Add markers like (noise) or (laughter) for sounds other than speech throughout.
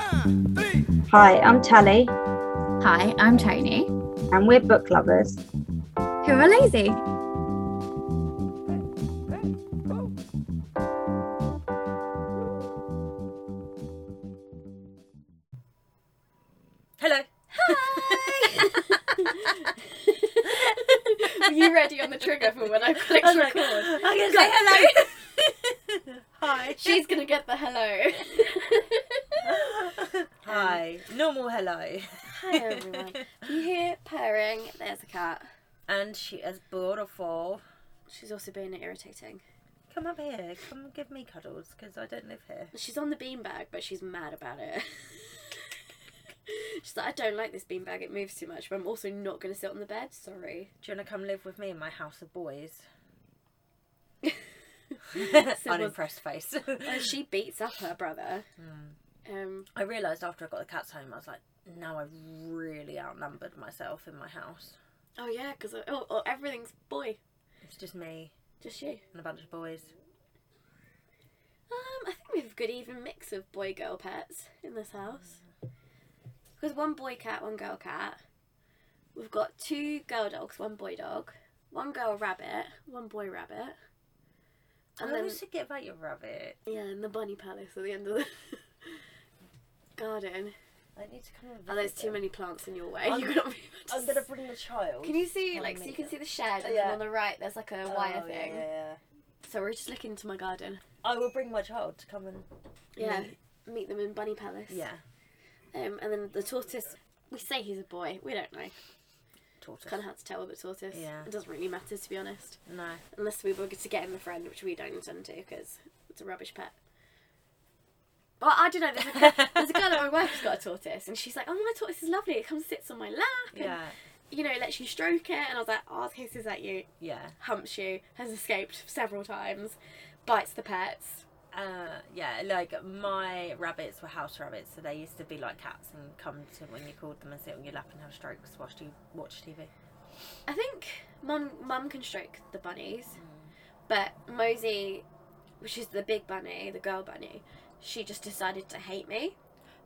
Hi, I'm Tally, Hi, I'm Tony. and we're book lovers. Who are lazy? Hello. Were you ready on the trigger for when I click I'm like, record? I'm gonna say hello. (laughs) Hi. She's gonna get the (laughs) hello. Hi. Normal hello. Hi everyone. You hear purring? There's a cat. And she is beautiful. She's also being irritating. Come up here. Come give me cuddles because I don't live here. She's on the beanbag, but she's mad about it. (laughs) she's like, I don't like this beanbag. It moves too much. But I'm also not gonna sit on the bed. Sorry. Do you want to come live with me in my house of (laughs) boys? (laughs) was- Unimpressed face. (laughs) Hmm. And (laughs) she beats up her brother. Um, I realised after I got the cats home, I was like, now I've really outnumbered myself in my house. oh yeah, because oh, oh, everything's boy. It's just me Just you. and a bunch of boys. Um, I think we have a good even mix of boy girl pets in this house. Because one boy cat, one girl cat. We've got two girl dogs, one boy dog, one girl rabbit, one boy rabbit. And I then always forget about your rabbit. yeah, in the bunny palace at the end of the (laughs) garden. I need to come and Oh, there's visit too them. many plants in your way. (laughs) I'm- you got to I'm gonna bring the child. Can you see I'll like so you meet can them. see the shed and Yeah. then on the right there's like a wire Oh, yeah, thing. yeah, yeah. So we're just looking into my garden. I will bring my child to come and Yeah. Meet. Meet them in Bunny Palace. Um, and then the tortoise, we say he's a boy. We don't know. tortoise. Kind of hard to tell with a tortoise. Yeah. It doesn't really matter, to be honest. No, Unless we were to get him a friend, which we don't intend to because it's a rubbish pet. But I don't know. There's a, (laughs) girl, there's a girl at my work who's got a tortoise, and she's like, "Oh, my tortoise is lovely. It comes and sits on my lap, and yeah, (laughs) you know, lets you stroke it." And I was like, "Oh, hisses at you, yeah, humps you, has escaped several times, bites the pets." uh, yeah. Like my rabbits were house rabbits, so they used to be like cats and come to when you called them and sit on your lap and have strokes, watch you watch TV. I think mum mum can stroke the bunnies, but Mosey, which is the big bunny, the girl bunny, she just decided to hate me.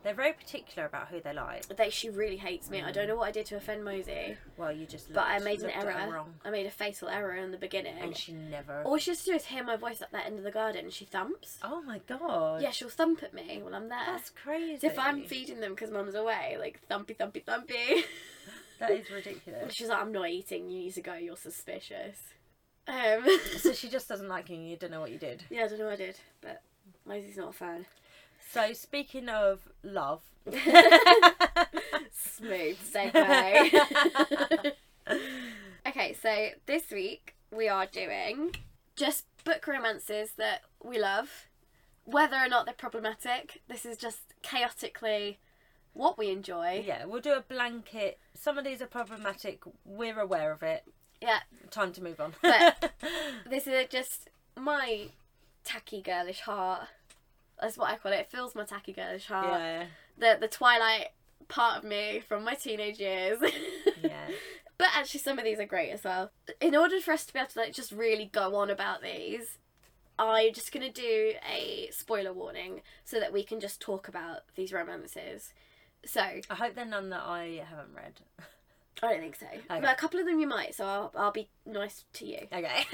They're very particular about who they like. They she really hates me. I don't know what I did to offend Mosey, Well, you just Mm. looked, but I made an looked at her error. wrong, I made a fatal error in the beginning. and she never. All she has to do is hear my voice at that end of the garden. and She thumps. Oh my god. Yeah, she'll thump at me while I'm there. That's crazy. So if I'm feeding them because mum's away, like thumpy, thumpy, thumpy. (laughs) that is ridiculous. She's like, I'm not eating. You need to go. You're suspicious. Um. (laughs) so she just doesn't like you. and You don't know what you did. Yeah, I don't know what I did, but Mosey's not a fan. So speaking of love, (laughs) Smooth segue. (laughs) okay, so this week we are doing just book romances that we love, whether or not they're problematic. This is just chaotically what we enjoy. yeah, we'll do a blanket. Some of these are problematic. We're aware of it. Yeah, Time to move on. But- this is just my tacky girlish heart. That's what I call it. It fills my tacky girlish heart. (laughs) yeah, The the twilight part of me from my teenage years. (laughs) yeah. But actually, some of these are great as well. In order for us to be able to like just really go on about these, I'm just gonna do a spoiler warning so that we can just talk about these romances. So I I hope they're none that I haven't read. don't think so. But a couple of them you might, so I'll I'll be nice to you. Okay.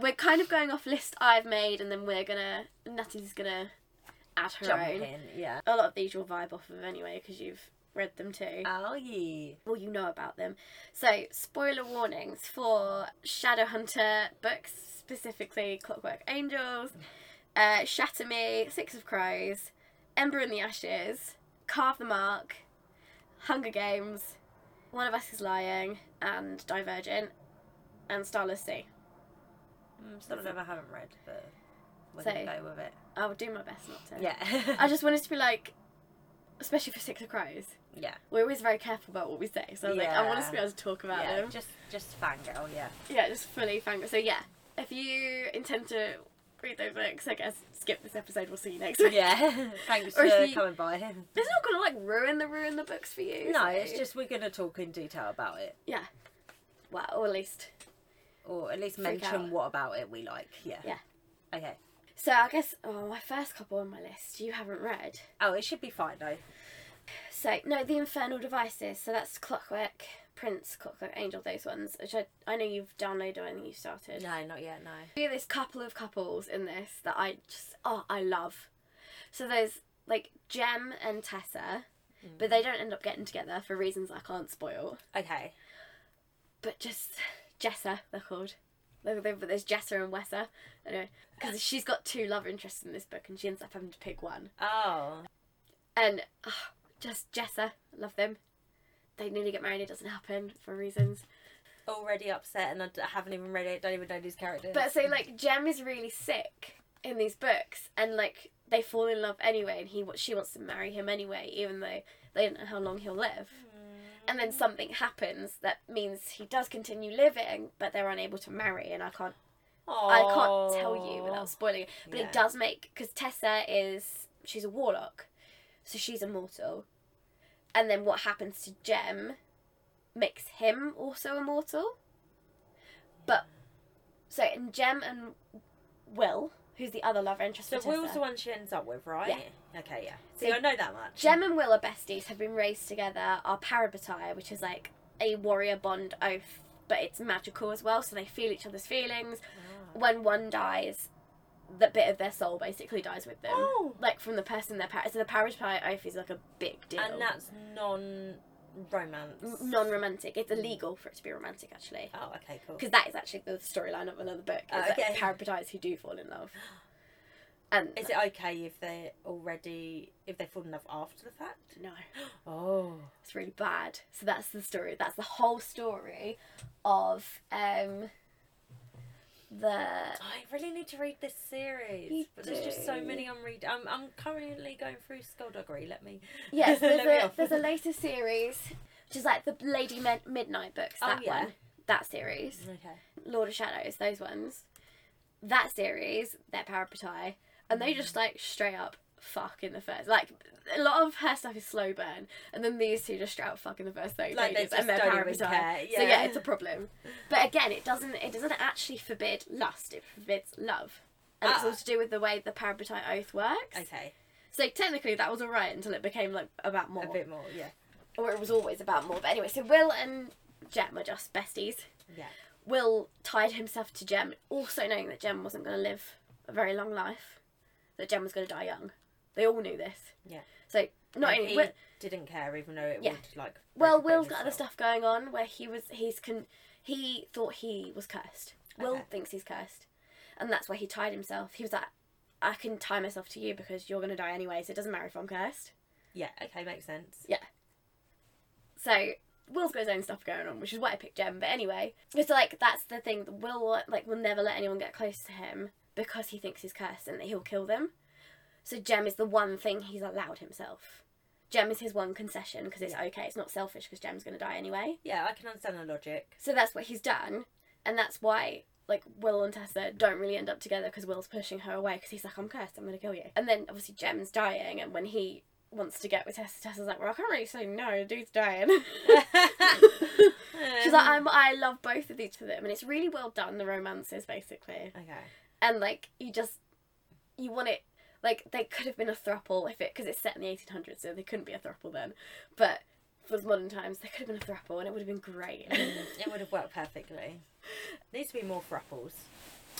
We're kind of going off list I've made, and then we're gonna Nutty's gonna add her Jump own. in. Yeah. A lot of these you'll vibe off of anyway because you've read them too. Oh yeah. well you know about them so spoiler warnings for shadowhunter books specifically clockwork angels uh, shatter me six of crows ember in the ashes carve the mark hunger games one of us is lying and divergent and starless sea Mm, Some of them I haven't read, but we're So- gonna go with it. i'll do my best not to Yeah. i just wanted to be like especially for six of crows (laughs) yeah. we're always very careful about what we say so I was like i want us to be Yeah. able to talk about Yeah. them Just just fangirl. Yeah. Yeah, just fully fangirl. So yeah, if you intend to read those books, I guess skip this episode. We'll see you next week. Yeah. (laughs) Thanks Or for if you- coming by. It's not gonna like ruin the ruin the books for you. (laughs) No, so- it's just we're gonna talk in detail about it. yeah. Well, or at least. or at least Freak out. mention what about it we like. Yeah. Yeah. Okay. So I guess oh, my first couple on my list you haven't read. Oh, it should be fine though. So no, the Infernal Devices. So that's Clockwork Prince, Clockwork Angel, those ones, which I I know you've downloaded. I think you started. No, not yet. No. Yeah, There's couple of couples in this that I just oh I love. So there's like Jem and Tessa, but they don't end up getting together for reasons I can't spoil. Okay. But just Jessa, they're called. They're- they're- But there's Jessa and Wessa. Anyway, because she's got two love interests in this book, and she ends up having to pick one. Oh. And ah, just Jessa, love them. They nearly get married. It doesn't happen for reasons. Already upset, and I d- I haven't even read it. Don't even know these characters. But so like Jem is really sick in these books, and like they fall in love anyway, and he wa- she wants to marry him anyway, even though they don't know how long he'll live. Hmm. And then something happens that means he does continue living, but they're unable to marry, and I can't I can't tell you without spoiling it. But Yeah. it does make because Tessa is she's a warlock, so she's immortal, and then what happens to Jem makes him also immortal. But so and Jem and Will, who's the other love interest, So for Will's Tessa, the one she ends up with, right? Okay, yeah. See, So- I know that much. Jem and Will are besties, have been raised together, are parabatai, which is like a warrior bond oath, but it's magical as well, so they feel each other's feelings. Ah. When one dies, the bit of their soul basically dies with them. Oh. Like from the person they're par- so the parabatai oath is like a big deal. And that's non-romance. non romantic. It's illegal for it to be romantic actually. Oh, okay, cool. Because that is actually the storyline of another book. Is Oh, that okay. parabatais who do fall in (gasps) love. And Is it okay if they're already if they fall in love after the fact? (sighs) no. Oh. it's really bad. So that's the story. That's the whole story of um the I really need to read this series, You but there's just so do. many I'm reading. I'm, I'm currently going through Skullduggery. Let me. (laughs) yes. There's Let me a off. there's a later series which is like the Lady Med- Midnight books. Oh, That yeah. one. That series. Okay. Lord of Shadows. Those ones. That series. They're parapatai, and they just like straight up fuck in the first like. A lot of her stuff is slow burn, and then these two just straight up fuck in the first thirty Like, they pages, and just they're don't even parapatai. care, So yeah. yeah, it's a problem. But again, it doesn't it doesn't actually forbid lust. It forbids love, and it's Ah. all to do with the way the parabatai oath works. Okay. So technically, that was alright until it became like about more, A bit more. Yeah. or it was always about more. But anyway, so Will and Jem are just besties. Yeah. Will tied himself to Jem, also knowing that Jem wasn't going to live a very long life, that Jem was going to die young. They all knew this. Yeah. So not And only he Will, didn't care, even though it Yeah. would like. well, break a bit Will's of got other his soul. stuff going on where he was he's con- he thought he was cursed. Will Okay. thinks he's cursed, and that's why he tied himself. He was like, I can tie myself to you because you're gonna die anyway, so it doesn't matter if I'm cursed. Yeah. Okay, makes sense. So Will's got his own stuff going on, which is why I picked Jem. But anyway, it's like that's the thing. that Will like will never let anyone get close to him because he thinks he's cursed and that he'll kill them. So Jem is the one thing he's allowed himself. Jem is his one concession because it's okay. It's not selfish because Jem's gonna die anyway. Yeah, I can understand the logic. So that's what he's done, and that's why like Will and Tessa don't really end up together because Will's pushing her away because he's like, "I'm cursed, I'm gonna kill you." And then obviously Jem's dying, and when he wants to get with Tessa, Tessa's like, "Well, I can't really say no, dude's dying." (laughs) (laughs) She's like, I'm, I love both of these for them, and it's really well done. The romances, basically, (laughs) Okay. and like you just you want it. Like they could have been a throuple if it because it's set in the 1800s, so they couldn't be a throuple then. But for modern times, they could have been a throuple, and it would have been great. (laughs) mm, It would have worked perfectly. Needs to be more frapples.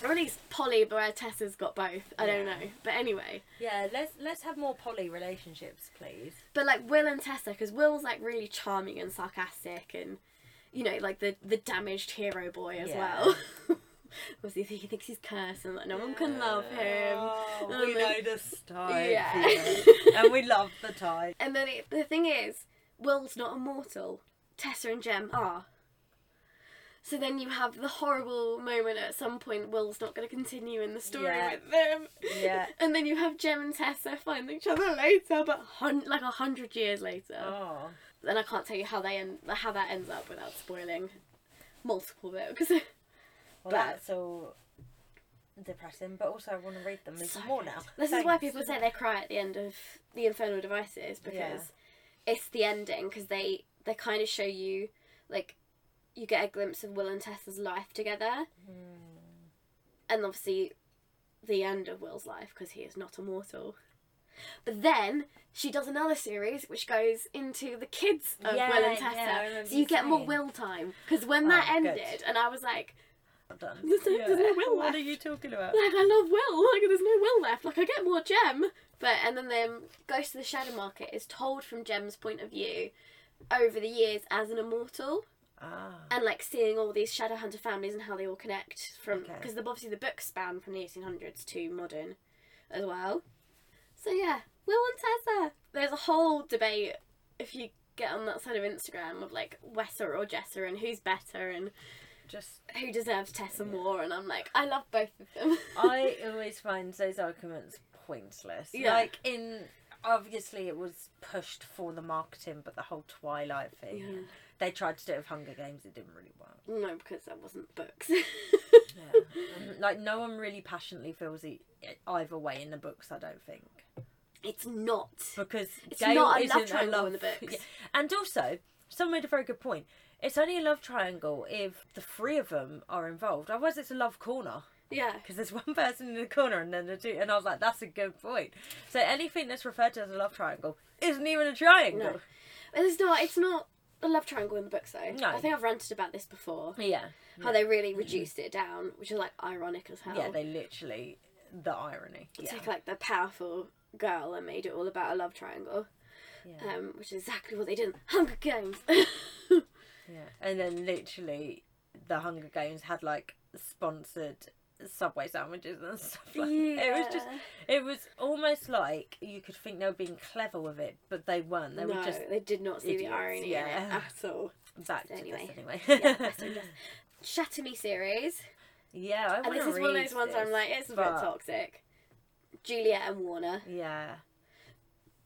or at least Polly, where Tessa's got both. I don't Yeah. know, but anyway. Yeah, let's let's have more poly relationships, (laughs) please. But like Will and Tessa, because Will's like really charming and sarcastic, and you know, like the the damaged hero boy as Yeah. well. (laughs) Obviously, he thinks he's cursed and that no one can love him. Oh, we Um, know the style. yeah. (laughs) and we love the type. And then it, the thing is, Will's not immortal. Tessa and Jem are. So then you have the horrible moment at some point Will's not going to continue in the story Yeah. with them. Yeah. And then you have Jem and Tessa finding each other later, but hun- like a hundred years later. Oh. And I can't tell you how they end, how that ends up without spoiling multiple books. (laughs) Well, But- that's all depressing, but also I want to read them even So more good. now. This is why Thanks. people say they cry at the end of the Infernal Devices because it's the ending because they they kind of show you like you get a glimpse of Will and Tessa's life together. Hmm. And obviously, the end of Will's life because he is not immortal. But then she does another series which goes into the kids of Yeah, Will and yeah, I Tessa. remember so you you get more saying. Will time because when Oh, that good. ended, and I was like, Well done. (laughs) There's no- there's no will What are left. you talking about? like I love Will. Like there's no Will left. Like I get more Gem. But and then um, Ghost of the Shadow Market is told from Gem's point of view over the years as an immortal Ah, and like seeing all these Shadowhunter families and how they all connect from Okay. because obviously the books span from the 1800s to modern as well. So yeah, Will and Tessa. There's a whole debate if you get on that side of Instagram of like Wesser or Jesser and who's better and just who deserves Tessa more and I'm like I love both of them. (laughs) I always find those arguments pointless. Yeah. Like in obviously it was pushed for the marketing, but the whole Twilight thing. Yeah. They tried to do it with Hunger Games, it didn't really work. No, because that wasn't books. (laughs) Yeah. Mhm. like no one really passionately feels e- either way in the books. I don't think (laughs) it's not. because It's Gail not a isn't love triangle in the love- books. (laughs) Yeah. And also, someone made a very good point. It's only a love triangle if the three of them are involved. Otherwise, it's a love corner. Yeah. because there's (laughs) one person in the corner and then the two and I was like that's a good point so anything that's referred to as a love triangle isn't even a triangle But it's not it's not a love triangle in the books though. No. I think I've ranted about this before. yeah Mm. How they really reduced it down, which is like ironic as hell. yeah they literally the irony yeah took like the powerful girl and made it all about a love triangle. Yeah. Um, which is exactly what they did in Hunger Games. (laughs) yeah and then literally the Hunger Games had like sponsored Subway sandwiches and (laughs) stuff like that. It was just, Yeah. it was almost like you could think they were being clever with it, but they weren't. They no, were just they did not see idiots, the irony in it yeah. at all. back Anyway. to this Yeah, anyway. that's interesting. Shatter Me series. (laughs) yeah, I And wanna this is one of read those ones where I'm this, like, it's a bit but- toxic. Juliet and Warner. Yeah.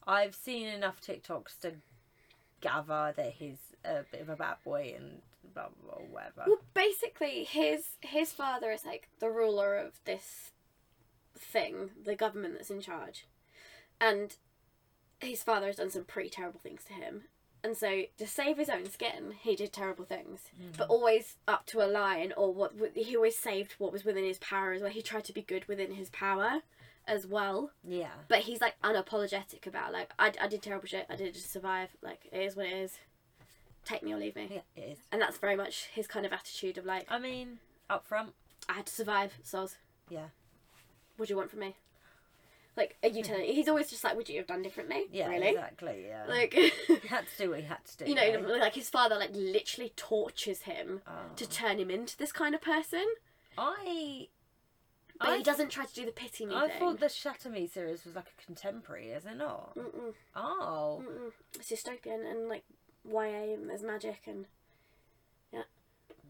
I've seen enough TikToks to gather that he's a bit of a bad boy and blah blah, blah whatever. Well, basically, his his father is like the ruler of this thing, the government that's in charge, and his father has done some pretty terrible things to him. And so, to save his own skin, he did terrible things, but always up to a line or what he always saved what was within his power as well. He tried to be good within his power as well Yeah. but he's like unapologetic about like I, I did terrible shit i did it to survive like it is what it is take me or leave me Yeah, it is. and that's very much his kind of attitude of like I mean, up front, I had to survive, Soz. Yeah. What do you want from me? Like, are you telling? He's always just like, would you have done differently? yeah, really. exactly, yeah. Like, (laughs) he had to do what he had to do. you know, right? like his father like literally tortures him Oh. to turn him into this kind of person, I but I he doesn't try to do the pity me I thing. thought the Shatter Me series was like a contemporary, is it not? Mm-mm, Oh. mm-mm. It's dystopian and like YA and there's magic and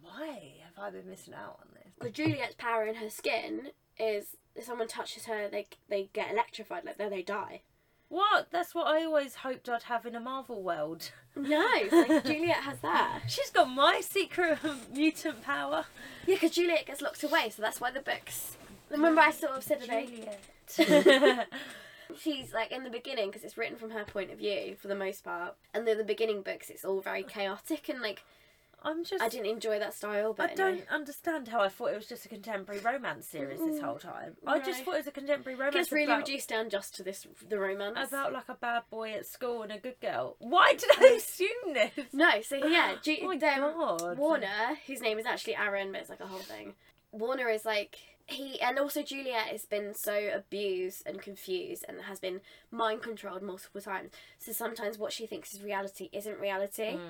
Why have I been missing out on this? the Juliet's power in her skin is if someone touches her, they they get electrified, like they they die. What? That's what I always hoped I'd have in a Marvel world. (laughs) No, it's like Juliet has that. She's got my secret mutant (laughs) power. Yeah, because Juliet gets locked away, so that's why the books. Remember, I sort of said about Juliet. she's like in the beginning because it's written from her point of view for the most part, and then the beginning books it's all very chaotic and like I'm just. I didn't enjoy that style. But I anyway. don't understand how I thought it was just a contemporary romance series this whole time. I just No. thought it was a contemporary It romance. Mm. gets really about, reduced down just to this the romance. about like a bad boy at school and a good girl. Why did I assume this? No, so Mm. (laughs) yeah, Ju- (gasps) Oh my them- God. Warner, whose name is actually Aaron, but it's like a whole thing. Warner is like he, and also Juliet has been so abused and confused, and has been mind controlled multiple times. So sometimes what she thinks is reality isn't reality, Mm.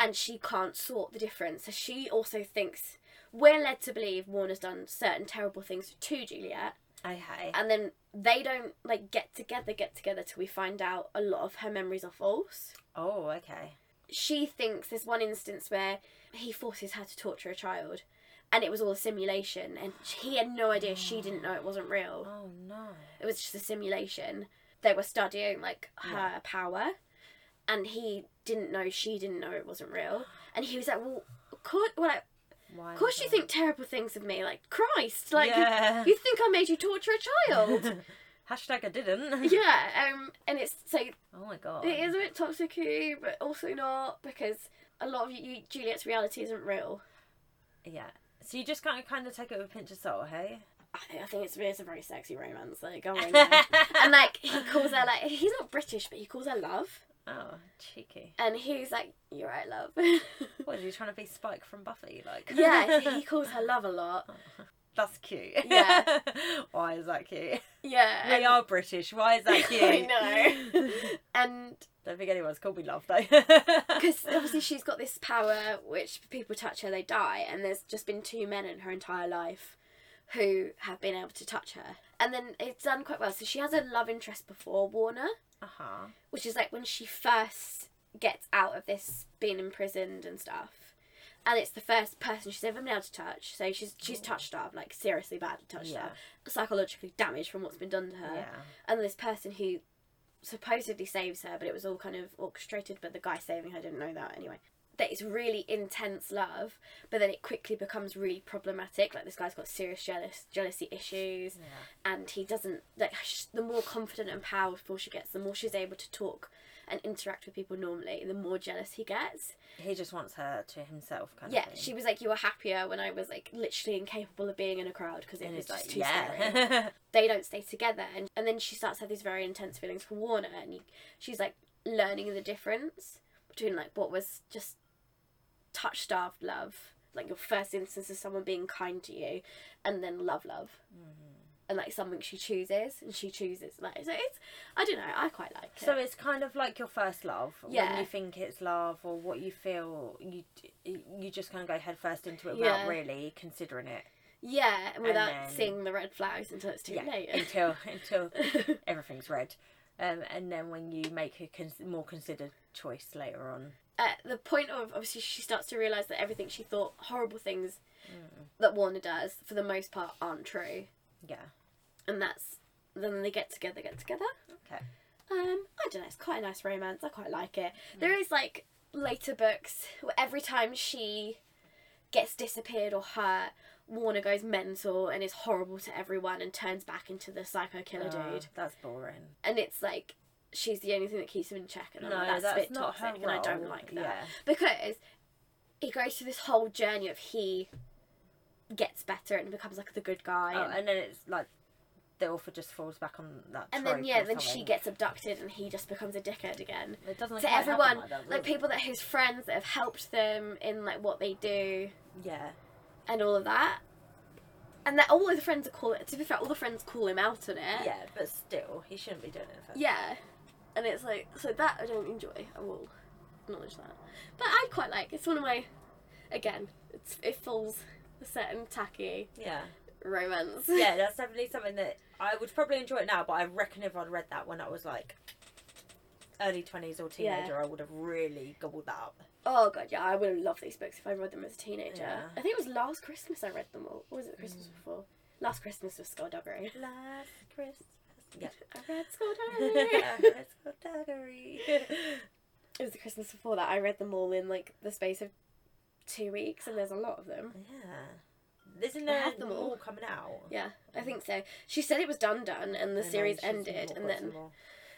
and she can't sort the difference. So she also thinks we're led to believe Warner's done certain terrible things to Juliet, Okay. and then they don't like get together, get together till we find out a lot of her memories are false Oh, okay. she thinks there's one instance where he forces her to torture a child and it was all a simulation and he had no idea she didn't know it wasn't real Oh no. it was just a simulation they were studying like her Yeah. power and he didn't know she didn't know it wasn't real and he was like well of course, well, like, Why? of course you think terrible things of me like christ like Yeah. you think i made you torture a (laughs) child Hashtag I (laughs) didn't. yeah um and it's so Oh my god. It is a bit toxic, but also not because a lot of you, you, Juliet's reality isn't real. Yeah. So you just kind of kind of take it with a pinch of salt, hey? I think, I think it's, it's a very sexy romance. Like, go on. (laughs) man. and (laughs) like he calls her like he's not British, but he calls her love, oh, cheeky. and he's like, "You're right, love." (laughs) What are you trying to be Spike from Buffy? Like, yeah, (laughs) he- he calls her love a lot. that's cute. Yeah. (laughs) Why is that cute? Yeah, We and- are British. Why (laughs) is that cute? I know. and (laughs) Don't think anyone's called me love though. because (laughs) obviously she's got this power which if people touch her they die and there's just been two men in her entire life who have been able to touch her and then it's done quite well so she has a love interest before warner Uh huh. which is like when she first gets out of this being imprisoned and stuff and it's the first person she's ever been able to touch so she's she's touched up like seriously badly touched Mm. Yeah. up psychologically damaged from what's been done to her Yeah. and this person who supposedly saves her, but it was all kind of orchestrated. But the guy saving her didn't know that anyway. That it's really intense love, but then it quickly becomes really problematic. Like this guy's got serious jealous jealousy issues, and he doesn't like. sh- The more confident and powerful she gets, the more she's able to talk and interact with people normally. The more jealous he gets. He just wants her to himself, kind Yeah, of. thing. she was like, "You were happier when I was like literally incapable of being in a crowd because it And was it's just like, too scary." (laughs) yeah. they don't stay together and, and then she starts to have these very intense feelings for warner and you, she's like learning the difference between like what was just touch starved love like your first instance of someone being kind to you and then love love Mm-hmm. and like something she chooses and she chooses like so it's i don't know i quite like it so it's kind of like your first love. When Yeah. you think it's love or what you feel, you you just kind of go head first into it Yeah. without really considering it. yeah and without then- seeing the red flags until it's too (laughs) yeah. late Until until everything's red. Um, and then when you make a cons- more considered choice later on, at the point of obviously she starts to realize that everything she thought horrible things Mm. that warner does for the most part aren't true yeah, and that's then they get together, get together. okay, Um, I don't know. It's quite a nice romance. I quite like it. There is like later books where every time she gets disappeared or hurt, Warner goes mental and is horrible to everyone and turns back into the psycho killer Ah, dude. that's boring. And it's like she's the only thing that keeps him in check. And I'm No, like, that's, that's a bit not her toxic, and I don't role, like that yeah. because he goes through this whole journey of he gets better and becomes like the good guy. Oh, and and then it's like the author just falls back on that. and trope then yeah, or then she something. gets abducted and he just becomes a dickhead again. It doesn't to quite happen everyone, like, that, like does it? people that his friends that have helped them in like what they do Yeah, and all of that, and that all the friends are call to be fair, all the friends call him out on it. yeah, but still, he shouldn't be doing it. First. yeah, and it's like so that I don't enjoy. I will acknowledge that, but I quite like. It's one of my, again, it's, it falls a certain tacky yeah, (laughs) romance. yeah. That's definitely something that I would probably enjoy it now, but I reckon if I'd read that when I was like early twenties or Yeah. teenager, I would have really gobbled that up. Oh god, yeah, I would have loved these books if I read them as a teenager. Yeah. Mm. I think it was last Christmas I read them all. Or was it Christmas before? Last Christmas was Skullduggery. Last Christmas. (laughs) Yeah. (laughs) I read (laughs) (laughs) Skullduggery. Let's go daggery. it was the Christmas before that. I read them all in like the space of two weeks, and there's a lot of them. Yeah. Isn't I there had them them all. all. coming out? Yeah, I think so. She said it was done, done, and the Oh. And then series she's ended, and got some then more.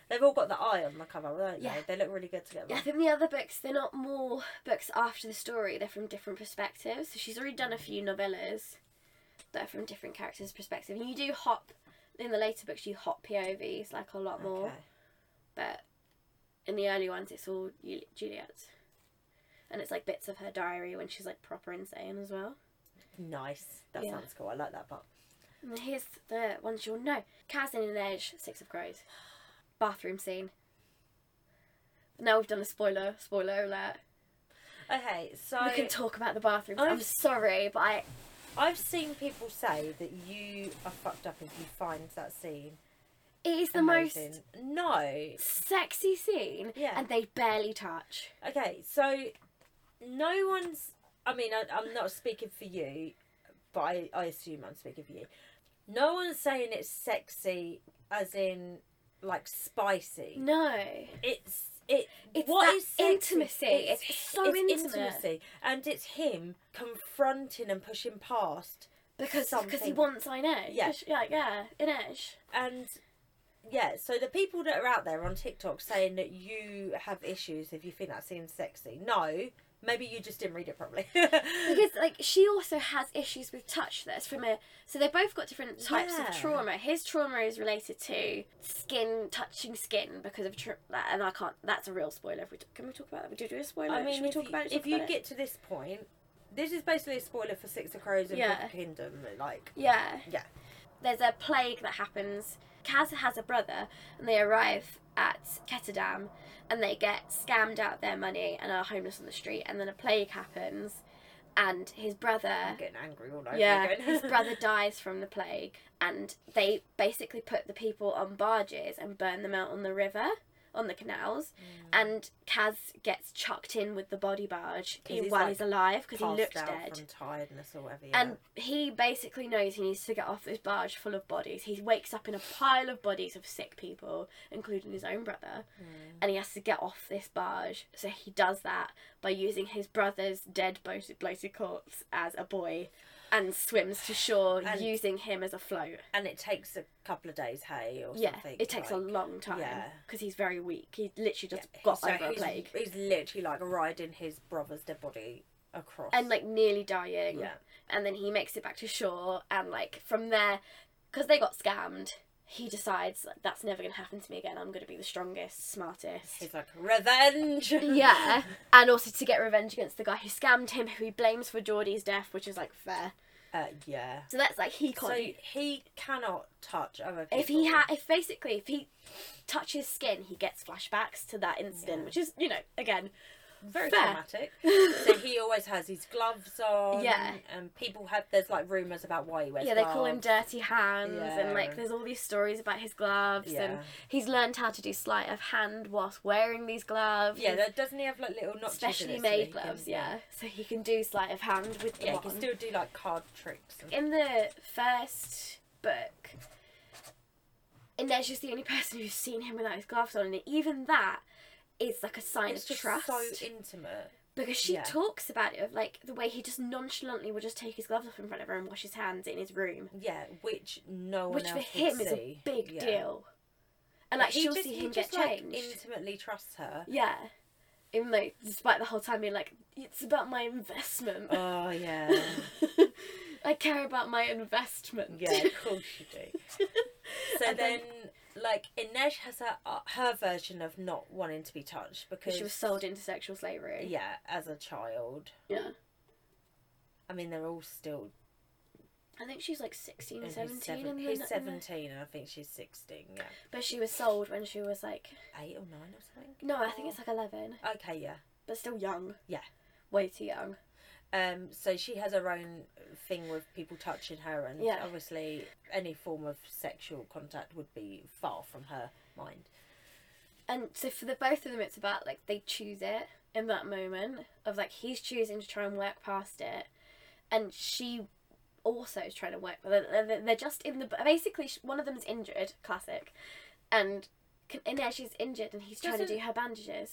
They've all got the eye on the cover, don't Yeah. they? They look really good together. yeah, I think the other books they're not more books after the story. They're from different perspectives. So she's already done a few novellas that are from different characters' perspective, and you do hop in the later books. You hop POVs like a lot more. Okay. but in the early ones it's all Ju- Juliet and it's like bits of her diary when she's like proper insane as well Nice. That Yeah. sounds cool. I like that part. and then here's the ones you'll know Kazan and Edge Six of Crows bathroom scene now we've done a spoiler spoiler alert Okay, so we can talk about the bathroom I've- I'm sorry but I I've seen people say that you are fucked up if you find that scene. it is the amazing. No. most sexy scene Yeah. and they barely touch Okay, so no one's. I mean, I, I'm not speaking for you, but I, I assume I'm speaking for you. No one's saying it's sexy, as in like spicy. no It's it. It's what that is sexy? intimacy. It's so intimate. intimacy, and it's him confronting and pushing past, because because he Something. wants I know Yeah. yeah yeah Inej and yeah. So the people that are out there on TikTok saying that you have issues if you think that seems sexy. No, Maybe you just didn't read it properly. (laughs) because like she also has issues with touch that's from a so they both got different types Yeah. of trauma his trauma is related to skin touching skin because of tra- that and i can't that's a real spoiler if we t- can we talk about that would you do a spoiler I mean, Should we if talk you, about it if Talk you about it? get to this point, this is basically a spoiler for Six of Crows and Yeah. Broken Kingdom. Like, yeah Yeah. there's a plague that happens kaz has a brother and they arrive at ketadam and they get scammed out their money and are homeless on the street and then a plague happens and his brother I'm getting angry all over yeah, again. (laughs) his brother dies from the plague, and they basically put the people on barges and burn them out on the river, on the canals. Mm. And Kaz gets chucked in with the body barge 'Cause he's, while like, he's alive because he Passed looks out dead. from tiredness or whatever. yeah. And he basically knows he needs to get off this barge full of bodies. He wakes up in a pile of bodies of sick people, including his own brother, Mm. and he has to get off this barge. So he does that by using his brother's dead, bloated, bloated corpse as a buoy and swims to shore And- using him as a float. and it takes a couple of days, hey, or Yeah, something. it takes a like- long time Yeah. because he's very weak. He literally just Yeah, got so over a he's, plague He's literally like riding his brother's dead body across. and like nearly dying. yeah, and then he makes it back to shore and like from there because they got scammed he decides like, that's never going to happen to me again i'm going to be the strongest smartest (laughs) he's like revenge. (laughs) yeah and also to get revenge against the guy who scammed him who he blames for geordie's death which is like fair uh, yeah. so that's like he So can't do- he cannot touch other people. if he ha- if basically if he touches skin he gets flashbacks to that incident Yeah. which is you know (laughs) again very fair. traumatic. so he always has his gloves on. Yeah. and people have there's like rumors about why he (laughs) wears. yeah they call him gloves. dirty hands and Yeah. like there's all these stories about his gloves and Yeah, he's learned how to do sleight of hand whilst wearing these gloves. yeah. He's That, doesn't he have like little notches? in specially it so he made can- gloves. yeah, so he can do sleight of hand with the yeah. He wand. can still do like card tricks. And, In the first book, Inez is the only person who's seen him without his gloves on, and even that is like a sign it's of just trust so intimate. because she yeah. talks about it of like the way he just nonchalantly will just take his gloves off in front of her and wash his hands in his room, Yeah, which no one which for else him would is a see. big Yeah. deal. And like He she'll just- see he him just, get like, changed. intimately trusts her. (laughs) Yeah. Even though, despite the whole time being like, it's about my investment. Oh yeah, (laughs) I care about my investment. (laughs) yeah. Of course you do. So And then, then- like Inej has her uh, her version of not wanting to be touched because she was sold into sexual slavery. Yeah, as a child. Yeah. I mean, they're all still. I think she's like 16 or and he's 17. seven- in the- he's in the- seventeen, and I think she's sixteen. Yeah, But she was sold when she was like, eight or nine or something. no, I think it's like 11, Okay, yeah. but still young. Yeah. Way too young. Um, so she has her own thing with people touching her, and Yeah. obviously any form of sexual contact would be far from her mind. And so for the both of them, it's about like they choose it in that moment of like he's choosing to try and work past it, and she also is trying to work. They're, they're, they're just in the basically sh- one of them's injured, classic, and c- in there she's injured and he's trying to Doesn't- do her bandages.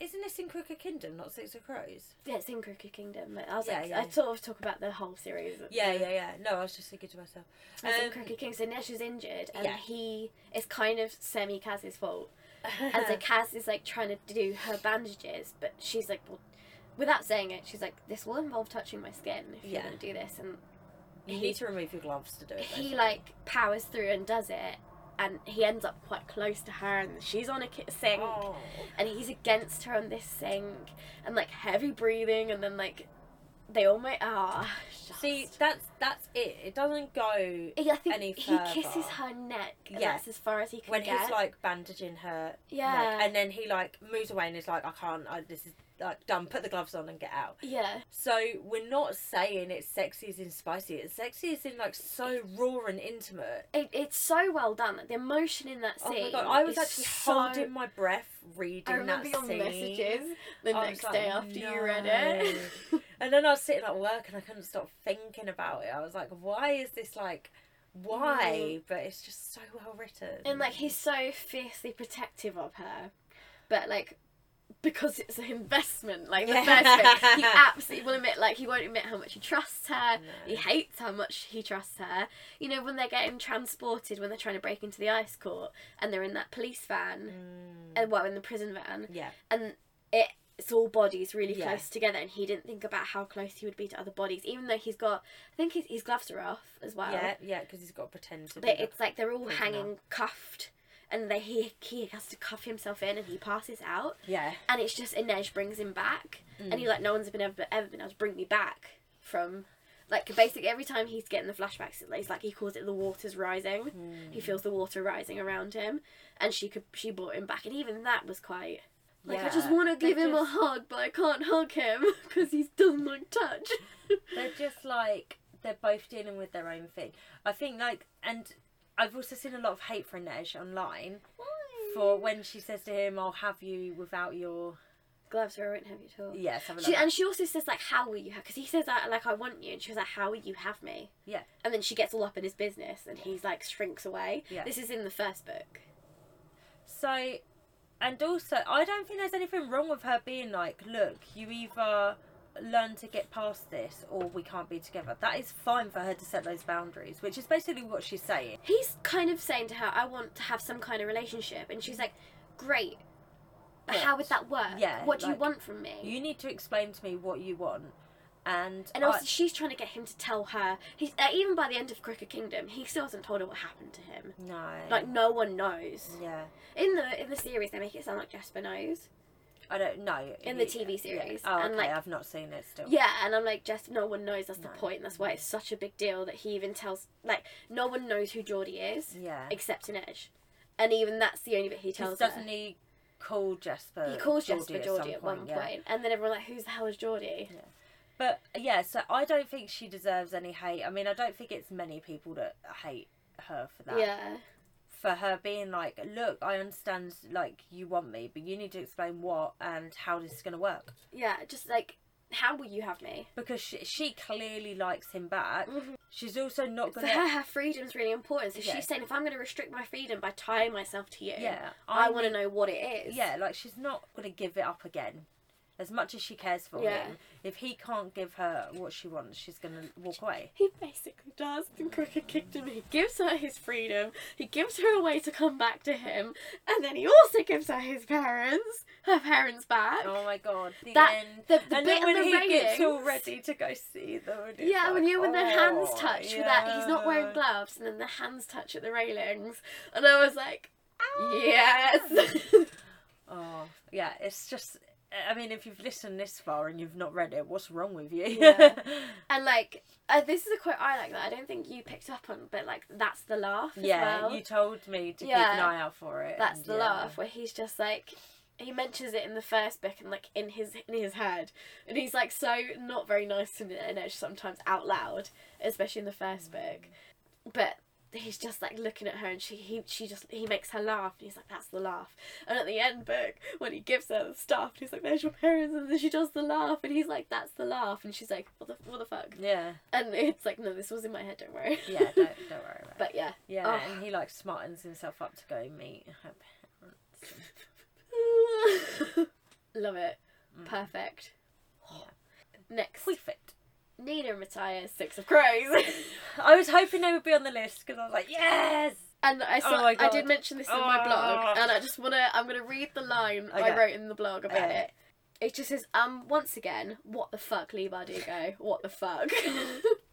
Isn't this in Crooked Kingdom, not Six of Crows? Yeah, it's in Crooked Kingdom. Like, I was Yeah, like, yeah. I sort of talk about the whole series. Yeah, yeah, yeah. No, I was just thinking to myself. It's in Um, (laughs) Crooked Kingdom. So Nesh is injured, and yeah. he is kind of semi Kaz's fault. And so Kaz is like trying to do her bandages, but she's like, well, without saying it, she's like, this will involve touching my skin if Yeah. you're gonna do this. And (laughs) you need to remove your gloves to do it. he basically. like powers through and does it, and he ends up quite close to her, and she's on a ki- sink, Oh. and he's against her on this sink, and like heavy breathing, and then like they all might ah. just- See, that's that's it. It doesn't go Yeah, I think any he further. kisses her neck. and Yeah. that's as far as he can when get. he's like bandaging her. yeah, Neck, and then he like moves away and is like, I can't. I, this is like done. Put the gloves on and get out. yeah. So we're not saying it's sexy as in spicy. It's sexy as in like so raw and intimate. It, it's so well done. Like, the emotion in that Oh scene. my god! I was is actually so... holding my breath reading I remember that your scene. messages the I was next like, day after you read it. (laughs) And then I was sitting at work and I couldn't stop thinking about it. I was like, why is this like, why? But it's just so well written. Mm-hmm. and like he's so fiercely protective of her, but like because it's an investment, like the Yeah. first thing, he absolutely will admit, like he won't admit how much he trusts her. He hates how much he trusts her. You know when they're getting transported, when they're trying to break into the ice court, and they're in that police van, Mm, and well in the prison van, yeah. and it it's all bodies really Yeah. close together, and he didn't think about how close he would be to other bodies, even though he's got, I think his, his gloves are off as well. Yeah, yeah, because he's got to pretend to be. But the- it's like they're all prisoner. hanging cuffed, and they, he, he has to cuff himself in, and he passes out, yeah, and it's just Inej brings him back, and he's like, no one's been ever, ever been able to bring me back from. Like basically every time he's getting the flashbacks, it's like he calls it the waters rising. He feels the water rising around him, and she could she brought him back, and even that was quite like I just Yeah. want to They give him a just- hug, but I can't hug him (laughs) because he doesn't like touch. They're just like they're both dealing with their own thing. I think like, and I've also seen a lot of hate for Inej online for when she says to him, "I'll have you without your gloves, or I won't have you at all. yeah." Something She like that. and she also says like, "How will you have?" Because he says like, "Like I want you," and she was like, "How will you have me?" Yeah. And then she gets all up in his business, and he's like shrinks away. Yeah. This is in the first book. So, and also, I don't think there's anything wrong with her being like, "Look, you either." learn to get past this or we can't be together that is fine for her to set those boundaries which is basically what she's saying He's kind of saying to her, "I want to have some kind of relationship," and she's like, "Great." But Yeah. how would that work? Yeah, What do you like, want from me? you need to explain to me what you want and and also, she's trying to get him to tell her. He's uh, even by the end of Cricket Kingdom, he still hasn't told her what happened to him. I, no Like no one knows. yeah In the in the series, they make it sound like Jasper knows. I don't know. In the Yeah. TV series, Oh, and, okay. like- I've not seen it still. Yeah, and I'm like, just no one knows. That's No. the point. That's why it's such a big deal that he even tells like no one knows who Geordie is Yeah. except Inej, and even that's the only bit he 'Cause tells her. doesn't he call Jasper? He calls Geordie Jasper Geordie some at one yeah. point, and then everyone's like, "Who's the hell is Geordie?" But yeah, so I don't think she deserves any hate. I mean, I don't think it's many people that hate her for that. Yeah, For her being like, look, I understand, like you want me, but you need to explain what and how this is gonna work. yeah, just like, how will you have me? Because she, she clearly likes him back. Mhm. She's also not For gonna. her, her freedom's really important. So Yeah. she's saying, if I'm going to restrict my freedom by tying myself to you, yeah, I, want to know what it is. Yeah, like she's not gonna give it up again. As much as she cares for Yeah. him, if he can't give her what she wants, she's gonna walk away. He basically does in Crooked Kingdom. He gives her his freedom, he gives her a way to come back to him, and then he also gives her his parents, her parents back. Oh my god! The That- end. the- the bit and then on when the he gets all railings. ready to go see them, and it's Yeah, when like, you when their hands "Oh, touch for that, he's not wearing yeah." gloves, and then their hands touch at the railings, and I was like, yes, (laughs) Oh yeah, it's just. I mean, if you've listened this far and you've not read it, what's wrong with you? (laughs) Yeah. and like uh, this is a quote I like that I don't think you picked up on, but like that's the laugh as Yeah, well. you told me to keep an Yeah. eye out for it. That's and the yeah. laugh where he's just like he mentions it in the first book and like in his in his head, and he's like so not very nice to Inej sometimes out loud, especially in the first book. But he's just like looking at her and she he she just he makes her laugh and he's like that's the laugh. And at the end book when he gives her the stuff and he's like there's your parents and then she does the laugh and he's like that's the laugh and she's like what the what the fuck Yeah, and it's like no this was in my head don't worry yeah. Don't, don't worry about it. (laughs) but yeah Yeah, (laughs) Oh. and he like smartens himself up to go meet her parents. (laughs) Love it. Mm. Perfect. Next, Perfect. Nina and Matthias, Six of Crows. (laughs) I was hoping they would be on the list because I was like, yes. and I saw, Oh my I God. did mention this in my blog, Oh. and I just wanna, I'm gonna read the line Okay. I wrote in the blog about Okay. it. It just says, um, once again, what the fuck, Lee Bardugo? What the fuck? (laughs)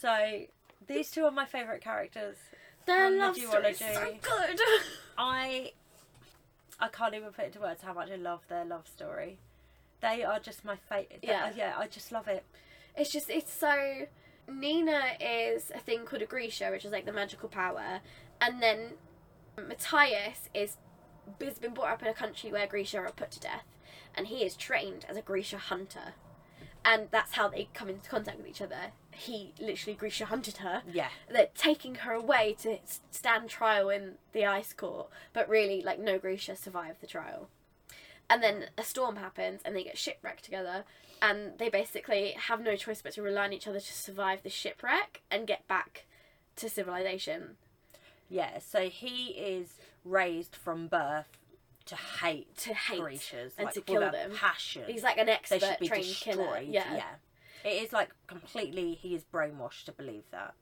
So these two are my favourite characters. Their And the love story is so duology. good. (laughs) I I can't even put into words how much I love their love story. They are just my fate. Yeah, Yeah. yeah. I just love it. It's just it's so Nina is a thing called a Grisha, which is like the magical power, and then Matthias is has been brought up in a country where Grisha are put to death, and he is trained as a Grisha hunter, and that's how they come into contact with each other. He literally Grisha hunted her. Yeah, They're taking her away to s- stand trial in the ice court, but really, like, no Grisha survived the trial. And then a storm happens, and they get shipwrecked together, and they basically have no choice but to rely on each other to survive the shipwreck and get back to civilization. yeah. So he is raised from birth to hate To hate Grecians, and like, to with kill a them. Passion. He's like an they expert should be trained destroyed. killer. Yeah. Yeah. It is like completely. He is brainwashed to believe that.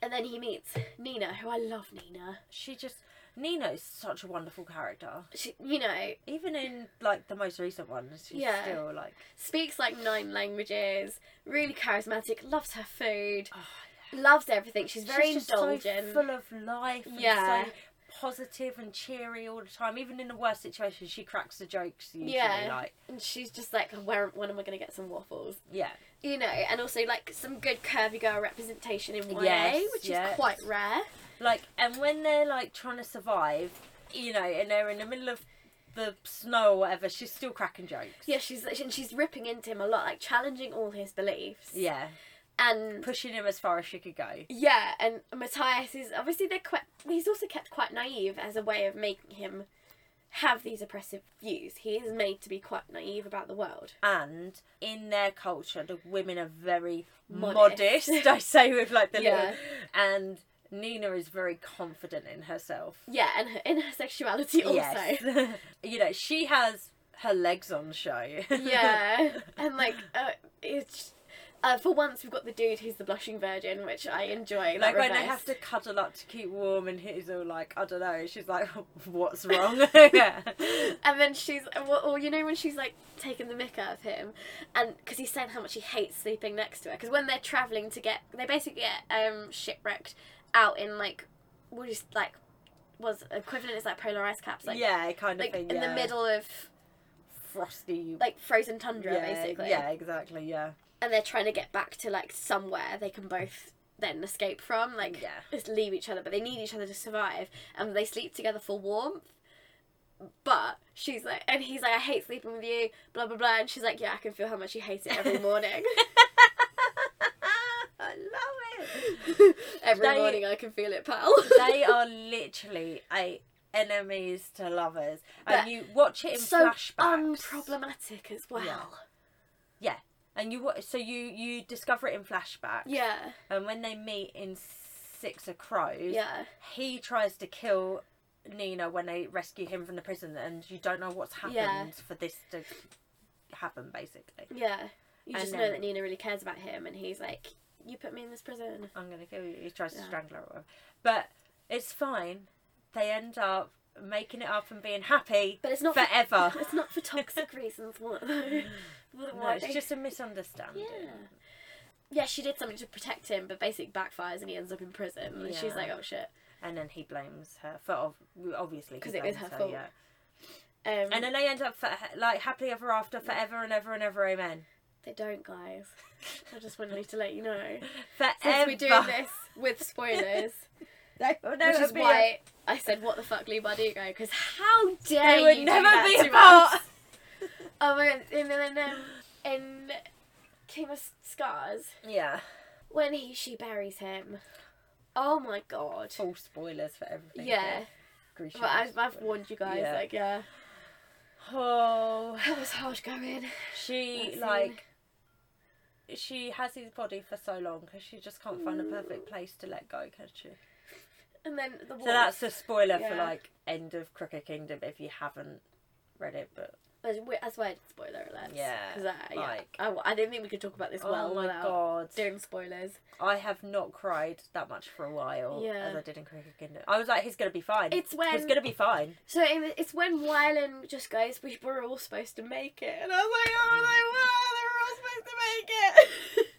And then he meets Nina, who I love Nina. She just Nino's such a wonderful character. She, you know, Even in like the most recent one, she's Yeah. still like speaks like nine languages, really charismatic, loves her food, oh, loves everything. She's very she's just so indulgent. full of life. and Yeah. so positive and cheery all the time. Even in the worst situations, she cracks the jokes. Usually, Yeah. like and she's just like, where, when am I going to get some waffles? yeah, You know, and also like some good curvy girl representation in YA, Yes, which yes. is quite rare. like and when they're like trying to survive, you know, and they're in the middle of the snow or whatever, she's still cracking jokes. Yeah, she's and she's ripping into him a lot, like challenging all his beliefs. Yeah, and pushing him as far as she could go. yeah, and Matthias is obviously they're quite. He's also kept quite naive as a way of making him have these oppressive views. He is made to be quite naive about the world. and in their culture the women are very modest, (laughs) Modest. i say with like the Yeah. little and nina is very confident in herself Yeah, and her, in her sexuality also. yes (laughs) you know she has her legs on show (laughs) yeah, (laughs) and like uh, it's. Uh, for once, we've got the dude who's the blushing virgin, which I enjoy. that Like when they reverse. have to cuddle up to keep warm, and he's all like, I don't know. She's like, (laughs) (laughs) "What's wrong?" (laughs) yeah, And then she's, well, or you know, when she's like taking the mick out of him, and because he's saying how much he hates sleeping next to her. Because when they're traveling to get, they basically get um, shipwrecked out in like, what is like, was equivalent is like polar ice caps, like, yeah, kind of like thing. in yeah. the middle of frosty, like frozen tundra, yeah, basically. Yeah, exactly. (laughs) Yeah, And they're trying to get back to like somewhere they can both then escape from, like, Yeah. just leave each other, but they need each other to survive, and they sleep together for warmth. But she's like, and he's like, I hate sleeping with you, blah blah blah, and she's like, yeah, I can feel how much you hate it every (laughs) morning. I love it. every They- morning I can feel it, pal. (laughs) they are literally a enemies to lovers, But and you watch it in so flashbacks. unproblematic as well. Yeah. and you watch, so you you discover it in flashbacks. Yeah, And when they meet in Six of Crows, yeah, he tries to kill Nina when they rescue him from the prison, and you don't know what's happened Yeah. for this to happen. Basically, yeah. You And just know then- that Nina really cares about him, and he's like, you put me in this prison. I'm gonna kill you. He tries to Yeah. strangle her, or whatever. but it's fine. They end up making it up and being happy But it's not for- forever. (laughs) it's not for toxic reasons, (laughs) what? what No, why it's they- just a misunderstanding. Yeah. (laughs) Yeah, she did something to protect him, but basically backfires and he ends up in prison. And Yeah. she's like, oh shit. And then he blames her for ob- obviously he 'Cause it was blames her fault. Yeah. Um, And then they end up for, like happily ever after, forever and ever and ever. Amen. they don't, guys. I just wanted to let you (laughs) know. Forever. Since we're doing (laughs) this with spoilers, they will which never is be why I said, what the fuck, Lee Bardugo? (laughs) Because how A, dare they you would do never that be to apart. us? Oh my god. And then um, in King of Scars, Yeah. when he she buries him. Oh my god. Full spoilers for everything. Yeah. Grecian But I've, I've spoilers. warned you guys, Yeah. like, yeah. Oh, That was hard going. (sighs) she That's like. She has his body for so long because she just can't find a Mm. perfect place to let go, can she? And then the war. So that's a spoiler for Yeah. like end of Crooked Kingdom if you haven't read it, but That's we- that's why I did spoiler alerts. Yeah, 'Cause I, yeah, like- I, I didn't think we could talk about this well oh my without god, doing spoilers. I have not cried that much for a while Yeah. as I did in Crooked Kingdom. I was like, he's gonna be fine. It's he's when gonna be (laughs) fine. so it, it's when Wylan just goes, we were all supposed to make it, (laughs) and I was like, Mm. oh, they were, they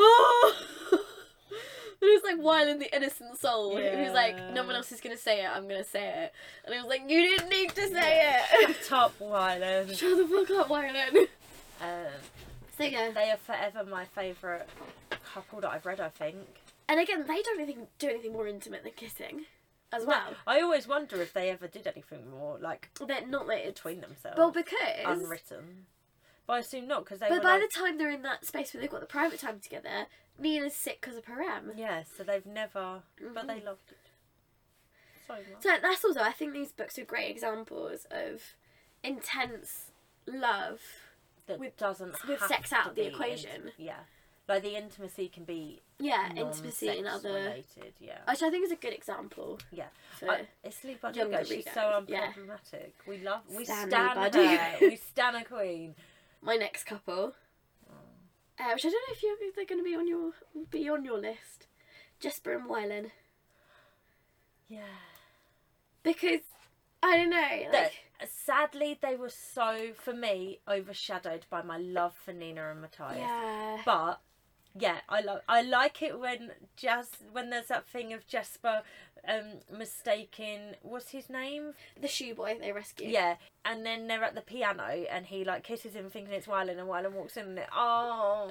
were all supposed to make it. oh, it was like Wylan, the innocent soul, who was like, no one Yeah. else is gonna say it, I'm gonna say it, and it was like, you didn't need to say Yeah. it. (laughs) (laughs) Top Wyland. Shut the fuck up, Wylan. (laughs) Um, So yeah, they are forever my favourite couple that I've read. I think. and again, they don't even do anything more intimate than kissing, as well. I always wonder if they ever did anything more like They're not like it's between themselves, well because unwritten. But I assume not because they. but were by like, the time they're in that space where they've got the private time together, Nina's sick because of her M. yeah, so they've never. But they Mhm. loved it so much. So that's also I think these books are great examples of intense love. That with- doesn't with have sex to out of the be equation. yeah, like the intimacy can be Yeah, intimacy and non-sex other, related. Yeah. which I think is a good example. Yeah. for- I- it's Lee Bardugo. younger She's readers, so yeah. unproblematic. We love, we Stan stan, Lee her. Bardugo. (laughs) (laughs) We stan a queen. my next couple, uh, which I don't know if, you, if they're going to be on your be on your list, Jesper and Wylan. Yeah. because I don't know. That- Like, uh, Sadly, they were so for me overshadowed by my love for Nina and Matthias. yeah, But yeah, I love I like it when Jas when there's that thing of Jasper um mistaking what's his name? the shoe boy they rescued. Yeah. And then they're at the piano and he like kisses him thinking it's Wylan and Wylan walks in and it, oh